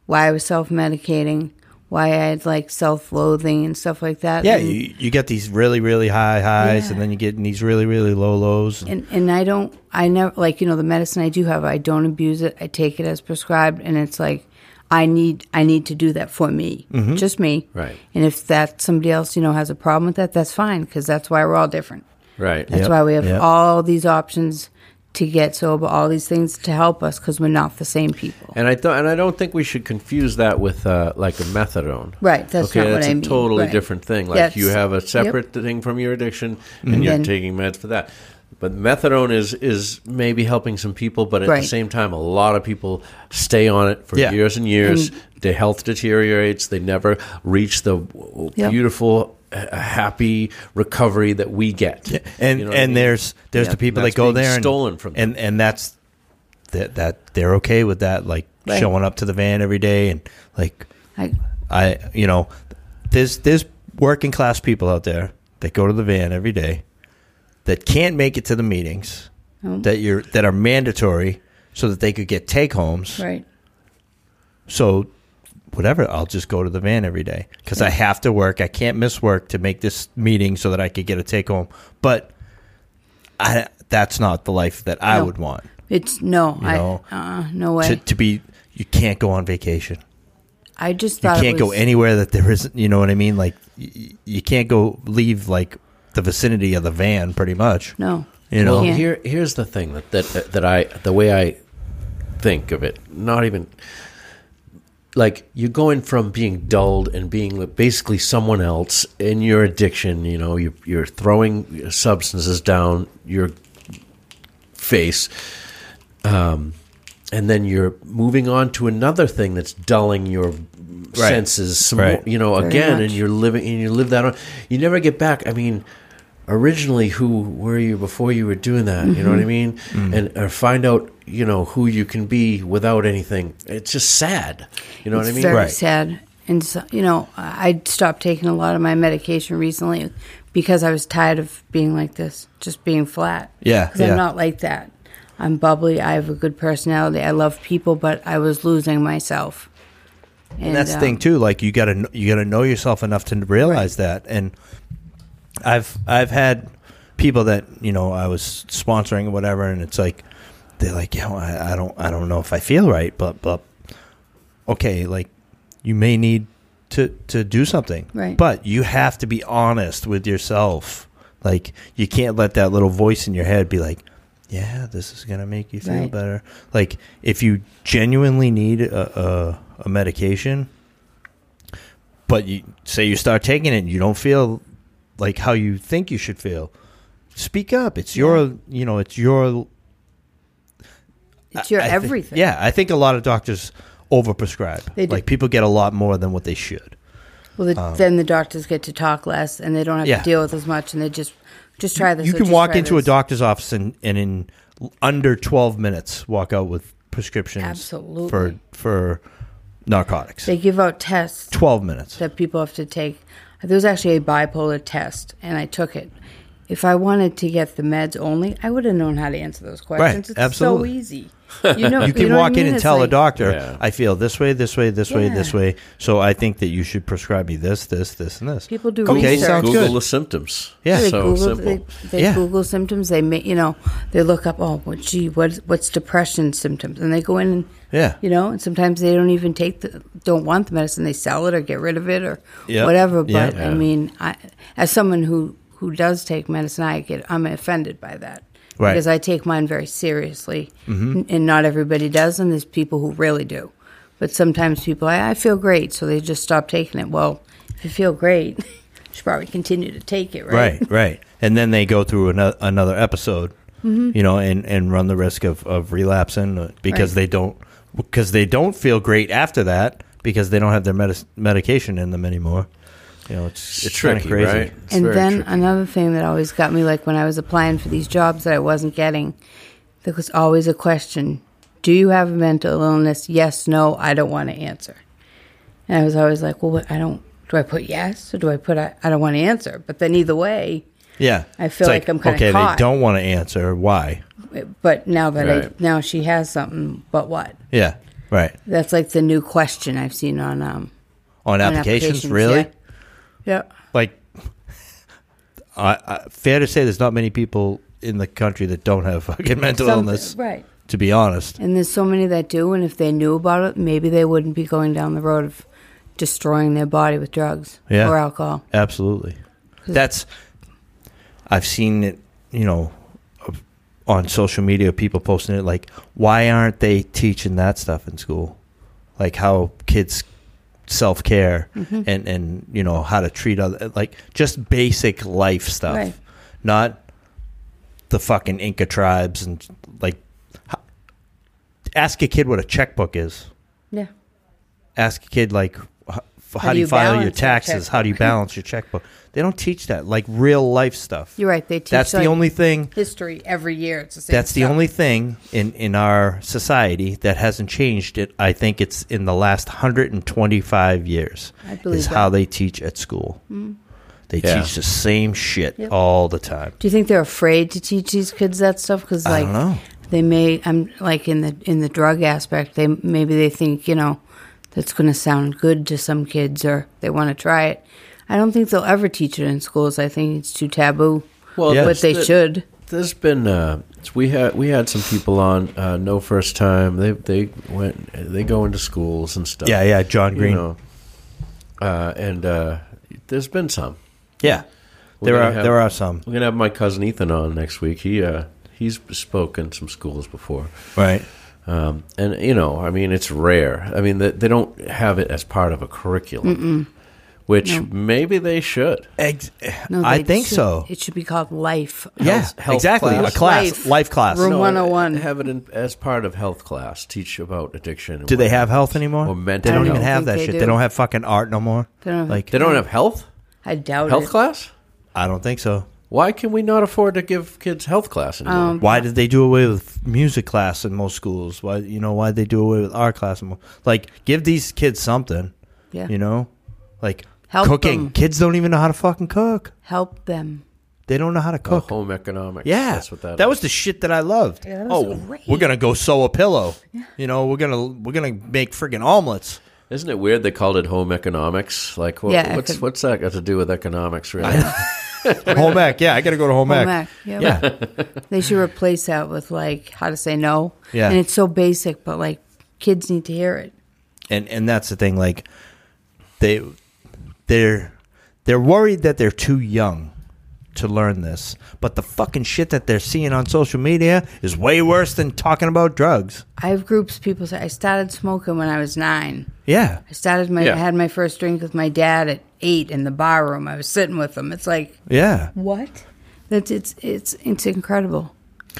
why I was self medicating, why I had like self loathing and stuff like that. Yeah. and, You, you get these really really high highs, Yeah. and then you get in these really really low lows. and and I don't, I never like you know the medicine I do have. I don't abuse it. I take it as prescribed, and it's like I need I need to do that for me, Mm-hmm. just me. Right. And if that somebody else you know has a problem with that, that's fine because that's why we're all different. Right. That's Yep, why we have yep. all these options to get sober, all these things to help us because we're not the same people. And I thought, and I don't think we should confuse that with uh, like a methadone. Right, that's okay, not what that's I a mean, totally right. different thing. Like That's- you have a separate thing from your addiction, and you're Then- taking meds for that. But methadone is is maybe helping some people, but at Right. the same time, a lot of people stay on it for Yeah. years and years. Their health deteriorates. They never reach the w- Yep. beautiful, h- happy recovery that we get. and You know what I and mean? there's there's Yeah. the people That's that go being there and stolen from them. and and that's that that they're okay with that like Right. showing up to the van every day and like Like, I you know there's there's working class people out there that go to the van every day that can't make it to the meetings Oh. that you're that are mandatory so that they could get take homes right. so whatever i'll just go to the van every day because i have to work i can't miss work to make this meeting so that i could get a take home but I, that's not the life that i No. would want It's no, You I know, uh, no way. to, to be you can't go on vacation I just you thought can't it go was- anywhere that there isn't you know what i mean like y- y- you can't go leave like the vicinity of the van pretty much No, you know Well, Yeah. here here's the thing that, that that I the way I think of it, not even like you're going from being dulled and being basically someone else in your addiction. You know, you're, you're throwing substances down your face, um, and then you're moving on to another thing that's dulling your senses. Some Right. more, you know, Very again, and much. you're living and you live that on. You never get back. I mean, originally, who were you before you were doing that? You know Mm-hmm. what I mean? Mm. And or find out, you know, who you can be without anything. It's just sad. You know it's what I mean? very Right. sad. And so, you know, I I stopped taking a lot of my medication recently because I was tired of being like this, just being flat. Yeah, 'Cause yeah. I'm not like that. I'm bubbly. I have a good personality. I love people, but I was losing myself. um, and that's the thing too like you got to you got to know yourself enough to realize that and i've i've had people that you know i was sponsoring or whatever and it's like they're like you know i, I don't i don't know if i feel right but but okay like you may need to to do something Right. but you have to be honest with yourself like you can't let that little voice in your head be like yeah this is gonna make you feel Right. better like if you genuinely need a, a, a medication but you say you start taking it and you don't feel like how you think you should feel speak up it's your you know it's your It's your I think- everything. yeah i think a lot of doctors overprescribe They do. like people get a lot more than what they should Well, the, then the doctors get to talk less, and they don't have Um, Yeah. to deal with as much, and they just Just try this. You or can just walk try into this. a doctor's office and, and in l- under 12 minutes walk out with prescriptions Absolutely. for for narcotics. They give out tests 12 minutes. that people have to take. There was actually a bipolar test, and I took it. If I wanted to get the meds only, I would have known how to answer those questions. It's absolutely. so easy. You know, You can know what walk I in mean? and It's tell a like- doctor, Yeah. I feel this way, this way, this way, this Yeah. way. So I think that you should prescribe me this, this, this, and this. People do Okay, research. sounds Google good. the symptoms. Yeah. They so Google, simple. they, they Yeah. Google symptoms. They may, you know, they look up. Oh, well, gee, what's what's depression symptoms? And they go in and Yeah. you know, and sometimes they don't even take the don't want the medicine. They sell it or get rid of it or Yeah. whatever. Yeah. But I mean, I, as someone who who does take medicine, I get I'm offended by that Right. Mm-hmm. because I take mine very seriously, N- and not everybody does, and there's people who really do. But sometimes people, I, I feel great, so they just stop taking it. Well, if you feel great, you should probably continue to take it, right? Right, right. And then they go through another, another episode, Mm-hmm. you know, and, and run the risk of, of relapsing uh, because Right. they don't because they don't feel great after that because they don't have their medis medication in them anymore. You know, it's it's kind of tricky, crazy. right? It's and very then tricky. another thing that always got me like when i was applying for these jobs that i wasn't getting there was always a question do you have a mental illness yes no i don't want to answer and i was always like well what- i don't do i put yes or do i put i, I don't want to answer but then either way Yeah, I feel like I'm kinda okay. caught. They don't want to answer why. but now that i Right. now she has something but what Yeah, right. that's like the new question i've seen on um On on applications, really? yeah, yeah. Like, I, I, fair to say, there's not many people in the country that don't have fucking mental Some- illness. right To be honest, And there's so many that do, and if they knew about it, maybe they wouldn't be going down the road of destroying their body with drugs Yeah. or alcohol. Absolutely. That's I've seen it, you know, on social media people posting it like why aren't they teaching that stuff in school? Like how kids self-care and and you know how to treat other like just basic life stuff. Right. Not the fucking Inca tribes and like ho- ask a kid what a checkbook is Yeah. ask a kid like h- how, do do you you file balance your your taxes how do you balance your checkbook they don't teach that like real life stuff You're right. They teach that's like, the only thing history every year. It's the same. that's the stuff. only thing in in our society that hasn't changed it i think it's in the last 125 years I believe is that. how they teach at school they Yeah. teach the same shit Yep. all the time Do you think they're afraid to teach these kids that stuff? Because I like don't know. they may, I'm like in the in the drug aspect. They maybe they think you know that's going to sound good to some kids, or they want to try it. I don't think they'll ever teach it in schools. I think it's too taboo. Well, Yeah. but they the- should. There's been uh, we had we had some people on uh, no first time. They they went they go into schools and stuff. yeah yeah john you green know. Uh, and uh, there's been some. yeah We're there gonna are have- there are some We're gonna have my cousin Ethan on next week. He uh, he's spoken some schools before, right um, and you know, I mean, it's rare. I mean, they, they don't have it as part of a curriculum, which maybe they should. Ex- No, i they think should- so It should be called life. yeah Health- health exactly class. a class Life. life, class Room- 101. Have it in, as part of health class. Teach about addiction. and Do they whatnot. have health anymore? Or mental they don't health. even have I don't that think shit. they They do. don't have fucking art no more. They don't have- like They don't have health. I doubt Health it. class. I don't think so. Why can we not afford to give kids health class anymore? Um, Why did they do away with music class in most schools? Why you know why they do away with art class? In mo- like give these kids something. Yeah. You know, like Help cooking. them. Kids don't even know how to fucking cook. Help them. They don't know how to Oh, cook. home economics. yeah, that's what that. that is. was the shit that I loved. Yeah, that was oh, great. we're gonna go sew a pillow. You know, we're gonna we're gonna make friggin' omelets. Isn't it weird they called it home economics? Like, what, Yeah, what's econ- what's that got to do with economics? Really? home ec. Yeah, I gotta go to home, Home ec. ec, yeah. Yeah, They should replace that with like how to say no. Yeah. And it's so basic, but like kids need to hear it. and and that's the thing like they they're they're worried that they're too young to learn this but the fucking shit that they're seeing on social media is way worse than talking about drugs I have groups people say I started smoking when I was nine. yeah I started my Yeah. I had my first drink with my dad at eight in the bar room. I was sitting with him. It's like yeah what? That's it's it's it's incredible.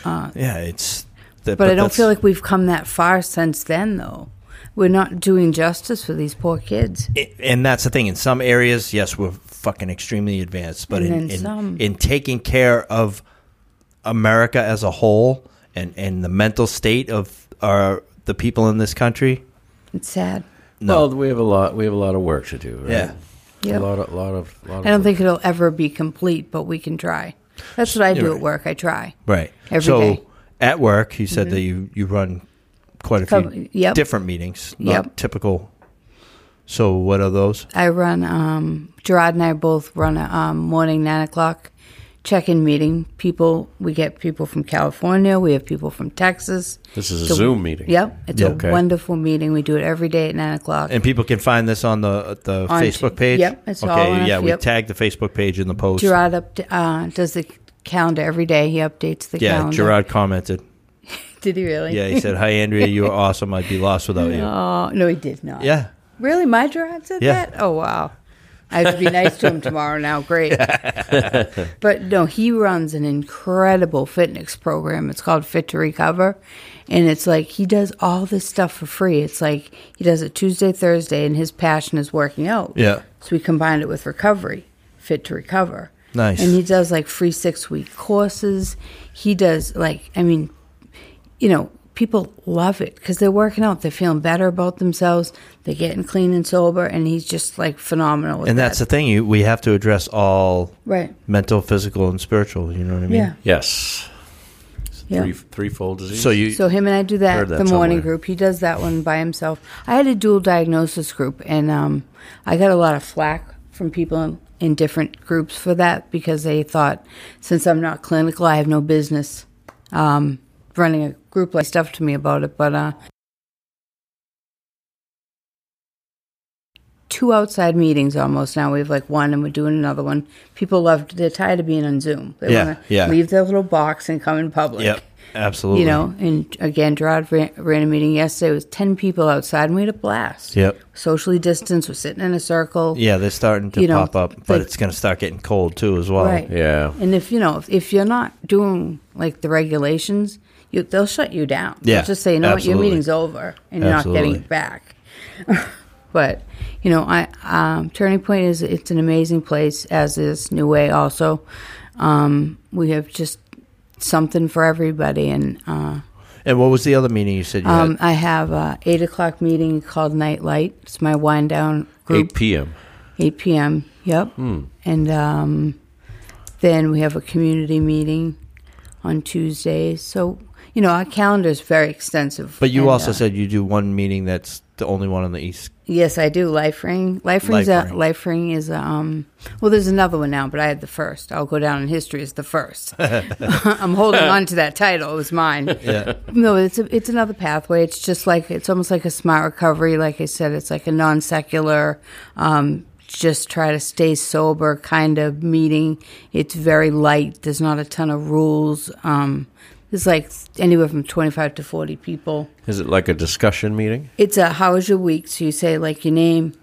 yeah it's that, But, I don't that's- feel like we've come that far since then though. We're not doing justice for these poor kids. it- and that's the thing in some areas yes we're fucking extremely advanced, but And in then some. in, in taking care of America as a whole and and the mental state of our the people in this country. It's sad. No. Well, we have a lot. We have a lot of work to do. Right? Yeah. Yeah. a lot of, lot of, lot of I don't work. think it'll ever be complete, but we can try. That's what I do You're at right. work. I try. Right. Every so day. Mm-hmm. at work, you said that you, you run quite a Couple- few yep. different meetings, not Yep. typical. So what are those? I run. Um, Gerard and I both run a um, morning nine o'clock check-in meeting. People, we get people from California. We have people from Texas. this is a So- Zoom meeting. Yep, it's Yeah. a Okay. wonderful meeting. We do it every day at nine o'clock. And people can find this on the the On t- Facebook page. yep, it's all on- yeah, we yep. tag the Facebook page in the post. Gerard up, uh, does the calendar every day. He updates the yeah, calendar. Gerard commented. Did he really? Yeah, he said, "Hi Andrea, you are awesome. I'd be lost without you." Oh no, he did not. Yeah. Really, my Gerard said Yeah. that? Oh wow. I have to be nice to him tomorrow now. Great. but no, he runs an incredible fitness program. It's called Fit to Recover. And it's like he does all this stuff for free. It's like he does it Tuesday, Thursday, and his passion is working out. Yeah. So we combined it with recovery, Fit to Recover. Nice. And he does like free six week courses. He does like, I mean, you know, people love it because they're working out, they're feeling better about themselves, they're getting clean and sober, and he's just like phenomenal. With And that's the that. thing, you, we have to address all right. mental, physical and spiritual, you know what I mean? Yeah. Yes. Yeah. Three, threefold disease. So you So him and I do that, Heard that the morning somewhere. group. He does that one by himself. I had a dual diagnosis group, and um, I got a lot of flack from people in, in different groups for that because they thought since I'm not clinical, I have no business um, running a group like stuff to me about it. But uh, two outside meetings almost now. We have like one, and we're doing another one. People love. They're tired of being on Zoom. They Yeah, want to yeah. leave their little box and come in public. Yep. Absolutely. You know, and again, Gerard ran, ran a meeting yesterday with 10 people outside and we had a blast. Yep. Socially distanced, we're sitting in a circle. Yeah, they're starting to You know, pop up, but the- it's going to start getting cold too as well. Right. Yeah. And if, you know, if, if you're not doing like the regulations, you, they'll shut you down. Yeah, They'll just say, you know what, absolutely. your meeting's over and you're not Absolutely. getting it back. but, you know, I um, Turning Point is, it's an amazing place, as is New Way also. Um, we have just something for everybody and, uh, And what was the other meeting you said you Um, had? I have a eight o'clock meeting called Night Light. It's my wind down group. 8 p.m. Eight, p.m. Yep. Hmm. And um, then we have a community meeting on Tuesdays. So you know our calendar is very extensive. But you And, also uh, said you do one meeting that's the only one on the east. yes, I do. Life ring. Life ring's Life a Ring. life ring is a, um. Well, there's another one now, but I had the first. I'll go down in history as the first. I'm holding on to that title. It was mine. Yeah. No, it's a, it's another pathway. It's just like it's almost like a smart recovery. Like I said, it's like a non secular, um, just try to stay sober kind of meeting. It's very light. There's not a ton of rules. Um, there's like anywhere from twenty five to forty people. Is it like a discussion meeting? It's a how was your week? So you say like your name,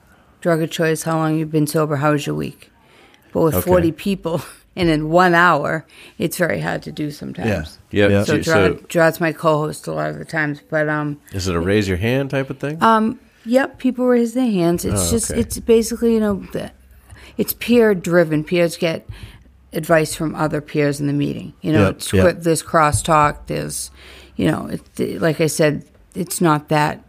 drug of choice, how long you've been sober, how was your week? But with Okay. forty people and in one hour, it's very hard to do sometimes. Yeah. Yeah. So, So, Gerard, Gerard's my co-host a lot of the times, but um, is it a raise your hand type of thing? Uh, yep, people raise their hands. It's Oh, just, okay. it's basically, you know, the, it's peer driven. Peers get advice from other peers in the meeting. You know, Yep, it's, yep. cr- there's crosstalk. There's, you know, it, like I said, it's not that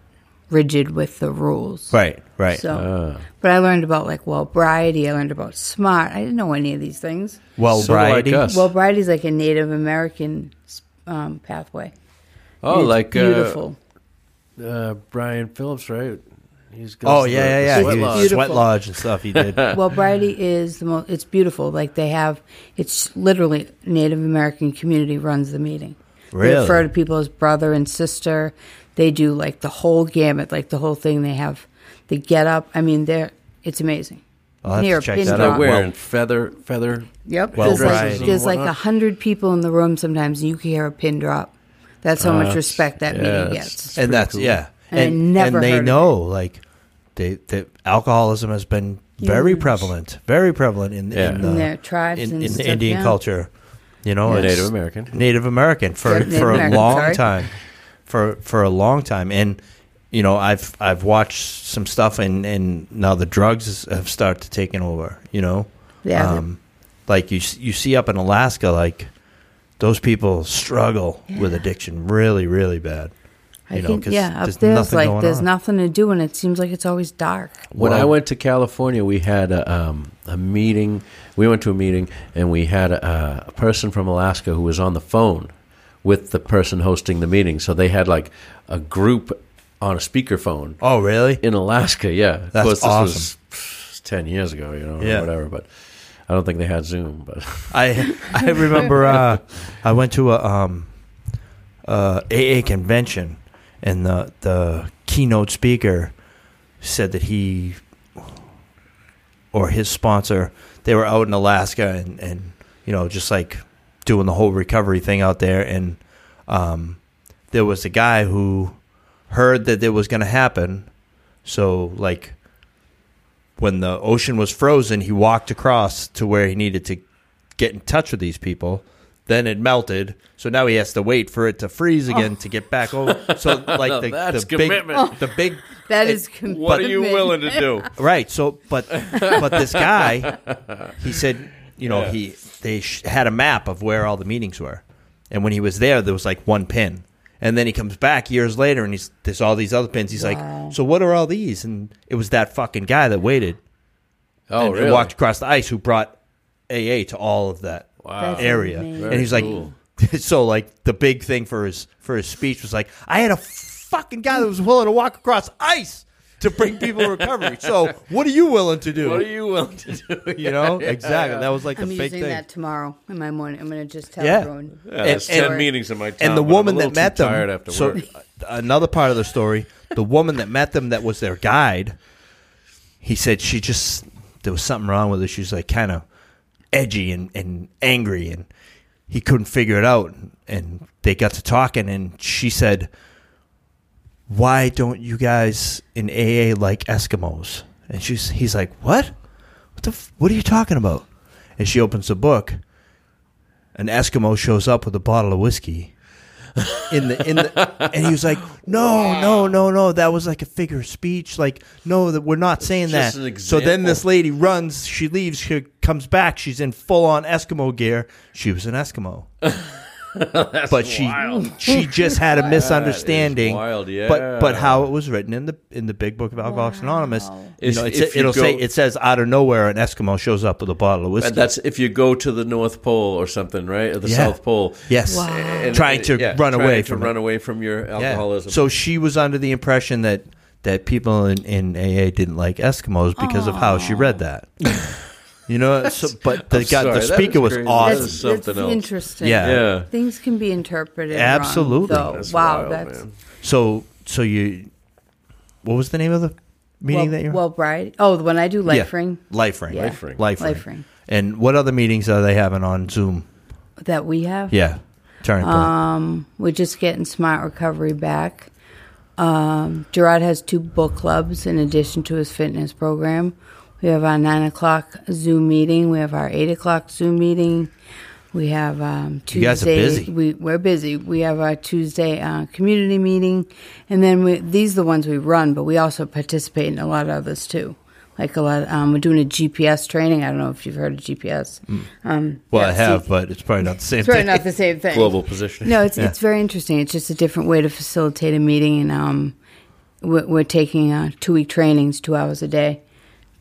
rigid with the rules. Right, right. So, Ah. but I learned about like well variety. I learned about smart. I didn't know any of these things. well, Sorta like variety. us. Well, variety's like a Native American um, pathway. oh, It's like beautiful. Uh, uh, Brian Phillips, right? He's got Oh the- yeah, the yeah, yeah. sweat He was lodge. sweat Beautiful. lodge and stuff. He did. well, Bridie is the most. It's beautiful. Like they have, it's literally Native American community runs the meeting. They Really? refer to people as brother and sister. They do like the whole gamut, like the whole thing. They have the get up. I mean, they're it's amazing. I'll have Near to check pin that They're out. drop. wearing Well- feather, feather. Yep. Well, there's like, variety. there's like a Whatnot. hundred people in the room sometimes, and you can hear a pin drop. That's how much That's- respect that yeah, meeting that's- gets. and that's yeah. And I never and they heard of know like they that alcoholism has been very prevalent, very prevalent in, Yeah. in, In the, their tribes in, and in stuff, Indian yeah. culture. You know, Yeah. it's- Native American. Native American for Yep, Native for American, a long sorry. time, for for a long time, and you know I've I've watched some stuff and and now the drugs have started to taking over. You know, Yeah. the- um, like you s- you see up in Alaska, like those people struggle with Yeah. addiction really, really bad. I you know, think 'cause yeah, up there's there it's nothing like going there's on. nothing to do, and it seems like it's always dark. When Wow. I went to California, we had a, um, a meeting. We went to a meeting, and we had a, a person from Alaska who was on the phone with the person hosting the meeting. So they had like a group on a speakerphone Oh, really? in Alaska. Yeah, That's of course, awesome. This was ten years ago, you know, or Yeah. whatever. But I don't think they had Zoom. But I I remember uh, I went to a um, uh, AA convention, and the the keynote speaker said that he or his sponsor they were out in Alaska and and you know just like doing the whole recovery thing out there, and um, there was a guy who heard that it was going to happen, so like. When the ocean was frozen, he walked across to where he needed to get in touch with these people. Then it melted, so now he has to wait for it to freeze again to get back over. So like the, Oh. That's the big, commitment. the big That It- is commitment. to do? right. So but but this guy, he said, you know, Yeah. he they sh- had a map of where all the meetings were, and when he was there, there was like one pin, and then he comes back years later, and he's there's all these other pins. He's Wow. like, so what are all these? And it was that fucking guy that waited Oh, and, and really? walked across the ice who brought AA to all of that Wow. That's area. amazing. And he's like, cool. so like the big thing for his for his speech was like, I had a fucking guy that was willing to walk across ice to bring people recovery. So what are you willing to do? What are you willing to do? You know exactly. That was like I'm the using big thing. that tomorrow in my morning. I'm going to just tell Yeah. everyone. Yeah, there's And- ten and- meetings in my town, and the but I'm a woman little that too met them. tired after so work. uh, another part of the story, the woman that met them that was their guide, he said she just there was something wrong with her. She was like kind of edgy and, and angry, and he couldn't figure it out. And they got to talking, and she said, "Why don't you guys in AA like Eskimos?" And she's he's like, "What? What the? F- what are you talking about?" And she opens the book. An Eskimo shows up with a bottle of whiskey in the in the and he was like no no no no that was like a figure of speech like no that we're not saying just that an so then this example. lady runs she leaves she comes back she's in full on eskimo gear she was an eskimo but she wild. she just had a misunderstanding wild, yeah. but but how it was written in the in the big book of alcoholics anonymous Wow. you If- know, it's, if you it'll say go- it says out of nowhere an eskimo shows up with a bottle of whiskey And that's if you go to the North Pole or something, right? Or the Yeah. South Pole. yes Wow. And- Trying to run trying away to from it. run away from your Yeah. alcoholism. So she was under the impression that that people in, in AA didn't like Eskimos because of how she read that. you know, so, but the, I'm guy, sorry, the that speaker is was crazy. awesome. That's something else. Interesting. Yeah. yeah, Things can be interpreted. wrong, Absolutely. though. That's wow. wild, that's man. So so you, what was the name of the meeting well, that you? well, bright. Oh, the one I do, life ring. Life ring. Yeah. Life Ring. Life Life ring. Ring. And what other meetings are they having on Zoom? that we have. Yeah, turning point. Uh, We're just getting Smart Recovery back. Um, Gerard has two book clubs in addition to his fitness program. We have our nine o'clock Zoom meeting. We have our eight o'clock Zoom meeting. We have um, Tuesday. You guys are busy. We we're busy. We have our Tuesday uh, community meeting, and then we, these are the ones we run, but we also participate in a lot of others too. Like a lot, um, we're doing a GPS training. I don't know if you've heard of GPS. Um, Hmm. well, I yeah, so have, but it's probably not the same It's probably thing. not the same thing. global positioning. No, it's it's very interesting. It's just a different way to facilitate a meeting, and um, we're, we're taking uh, two week trainings, two hours a day,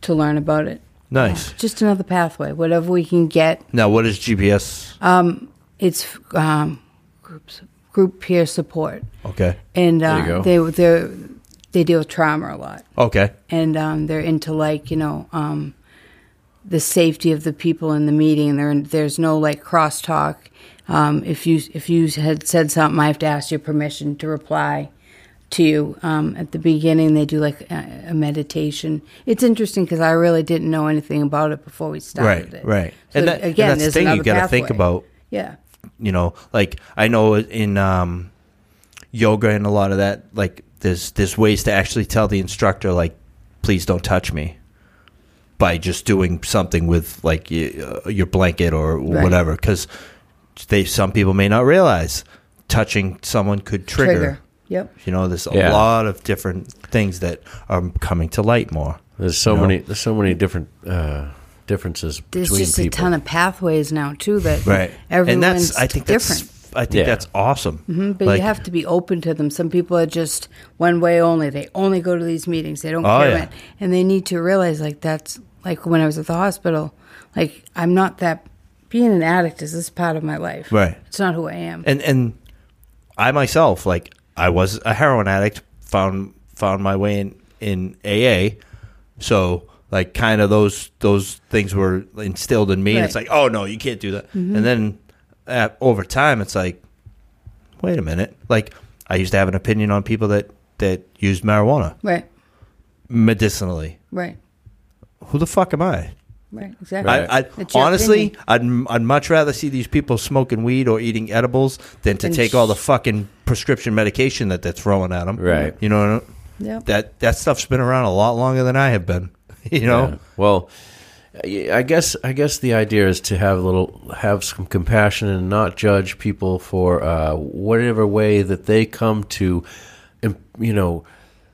to learn about it. nice. Just another pathway. Whatever we can get, Now, what is GPS? Uh, it's um, groups group peer support, okay. you and go. uh, they they they deal with trauma a lot, Okay. and um, they're into like you know. Um, the safety of the people in the meeting. There, there's no like crosstalk. Um, if you if you had said something, I have to ask your permission to reply to you. Um, at the beginning, they do like a, a meditation. It's interesting because I really didn't know anything about it before we started. Right, it. right. So and, that, again, and that's there's the thing you another got to think pathway. about. Yeah, you know like i know in um yoga and a lot of that like there's there's ways to actually tell the instructor like please don't touch me by just doing something with like y- uh, your blanket or Right. whatever because they some people may not realize touching someone could trigger, Yep. you know there's a Yeah. lot of different things that are coming to light more There's so No. many. There's so many different uh, differences There's between just people. a ton of pathways now too that right everyone's and that's i think that's different. i think Yeah. that's awesome mm-hmm, But you have to be open to them. Some people are just one way only. They only go to these meetings. They don't Oh, care. yeah. about- And they need to realize, like, that's like when I was at the hospital, like, I'm not that, being an addict is this part of my life. Right. It's not who I am. and and I myself, like I was a heroin addict, found found my way in in AA. So like kind of those those things were instilled in me, and it's Right. like, oh no, you can't do that. And then uh, over time, it's like, wait a minute, like I used to have an opinion on people that that used marijuana right. medicinally. Right. Who the fuck am I? Right. Exactly. Right. I, I It's your honestly, I'd, I'd much rather see these people smoking weed or eating edibles than to And take all the fucking prescription medication that they're throwing at them. Right. You know what I mean? Yep. that that stuff's been around a lot longer than I have been. You know, Yeah. Well, I I guess I guess the idea is to have a little have some compassion and not judge people for uh, whatever way that they come to, um, you know,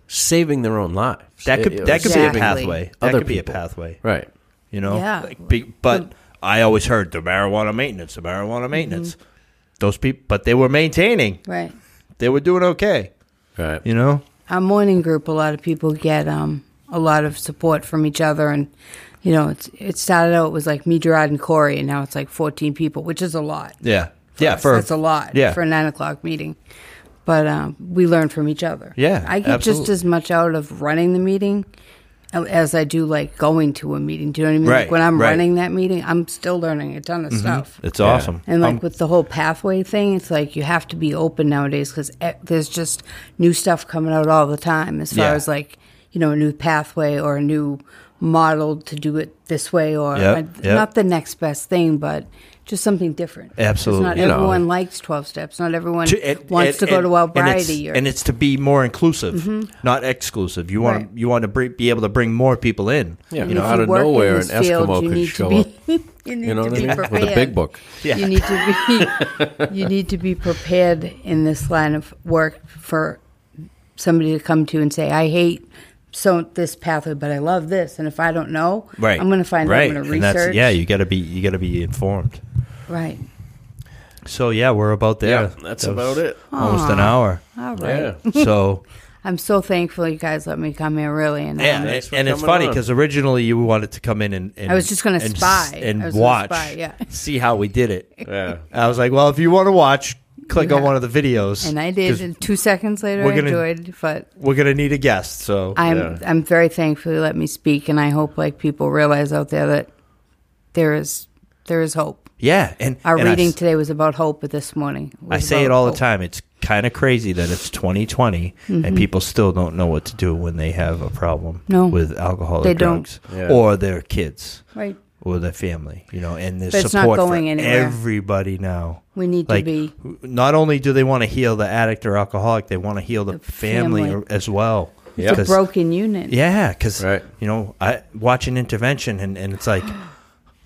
saving their own lives. Eh, that could It- it that could was be Exactly. a pathway. That Other could be a people. pathway. right. You know, Yeah. Um, Like, be, but I always heard the marijuana maintenance, the Mm-hmm. marijuana maintenance. Those people, but they were maintaining. Right. They were doing okay. Right. You know, Our morning group, a lot of people get um, a lot of support from each other. And, you know, it's, it started out, it was like me, Gerard, and Corey, and now it's like 14 people, which is a lot. yeah, yeah. us. For that's a lot Yeah, for a nine o'clock meeting. But um, we learn from each other. Yeah, I get just absolutely. as much out of running the meeting as I do like going to a meeting. Do you know what I mean? Right, Like when I'm right. Mm-hmm. running that meeting, I'm still learning a ton of stuff. it's awesome. And like Um, with the whole pathway thing, it's like you have to be open nowadays because there's just new stuff coming out all the time as far Yeah. as like, you know, a new pathway or a new model to do it this way or Yep, uh, yep. not the next best thing, but just something different. 'Cause Absolutely. Not You know. everyone likes 12 steps. Not everyone to- and- wants and- to go and- to and it's, Albrighty. Or, Mm-hmm. and it's to be more inclusive, not exclusive. You want Right. to you want to br- be able to bring more people in. Yeah. and you know, if out of work in nowhere, this an field, Eskimo you could need to show be- up. you need You know to what I be mean? With a prepared. big book. Yeah. You need to be you need to be prepared in this line of work for somebody to come to and say, "I hate so this pathway, but I love this." And if I don't know, Right. I'm going to find right. out. I'm going to And that's- research. yeah, you got to be you got to be informed. right. So yeah, we're about there. Yeah, that's That was about it. Almost an hour. All right. Yeah. So I'm so thankful you guys let me come here. Really, and yeah, um, and, thanks for and it's coming funny on. because originally you wanted to come in and, and I was just gonna and s- spy. and I was gonna watch, spy, yeah. see how we did it. Yeah. I was like, well, if you want to watch, click You on have- one of the videos, and I 'cause did. And two seconds later, we're I gonna- enjoyed, but. We're gonna need a guest, so I'm Yeah. I'm very thankful you let me speak, and I hope like people realize out there that there is there is hope. yeah. And Our and I reading s- today was about hope. But this morning, It I was say it about oh. all the hope. time. It's kind of crazy that it's 2020 and people still don't know what to do when they have a problem Mm-hmm. No. with alcohol or They don't. drugs Yeah. or their kids Right. or their family, you know, and there's But it's not support going for anywhere. everybody now. We need Like, to be not only do they want to heal the addict or alcoholic, they want to heal the, family, family. or- as well. It's a a 'Cause- broken unit. yeah, because Right. you know, I watch an intervention, and, and it's like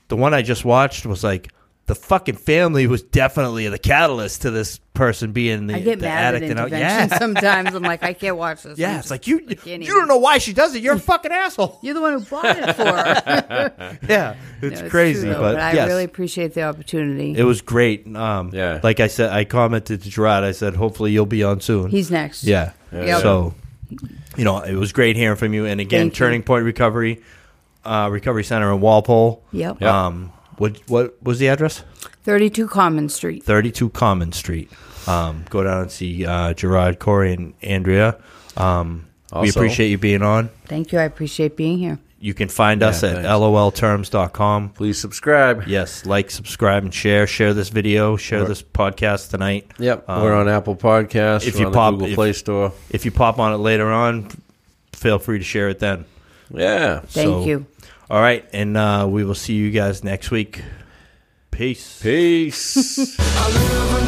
the one I just watched was like the fucking family was definitely the catalyst to this person being the, I get the mad at addict and out. interventions Yeah, sometimes. I'm like, I can't watch this. yeah. I'm It's just- like you I can't you even- don't know why she does it. You're a fucking asshole. You're the one who bought it for. her. Yeah, it's No, crazy, true, though, but, I yes, really appreciate the opportunity. it was great. Um, Yeah. like I said, I commented to Gerard. I said, hopefully you'll be on soon. He's next. Yeah. Yep. So, you know, it was great hearing from you. And again, Thank you. Turning Point Recovery, uh, Recovery Center in Walpole. Yep. Yep. Um, what what was the address? 32 Common Street. Thirty two Common Street. Um, go down and see uh, Gerard, Corey, and Andrea. Um, we Also- appreciate you being on. Thank you. I appreciate being here. You can find us at thanks. lolterms.com. Please subscribe. Yes, like, subscribe, and share. Share this video. Share this podcast tonight. Yep. Um, we're on Apple Podcasts. If if you you on the pop- Google if- Play Store. If you pop on it later on, feel free to share it then. Yeah. Thank So- you. All right, and uh, we will see you guys next week. Peace. Peace. I live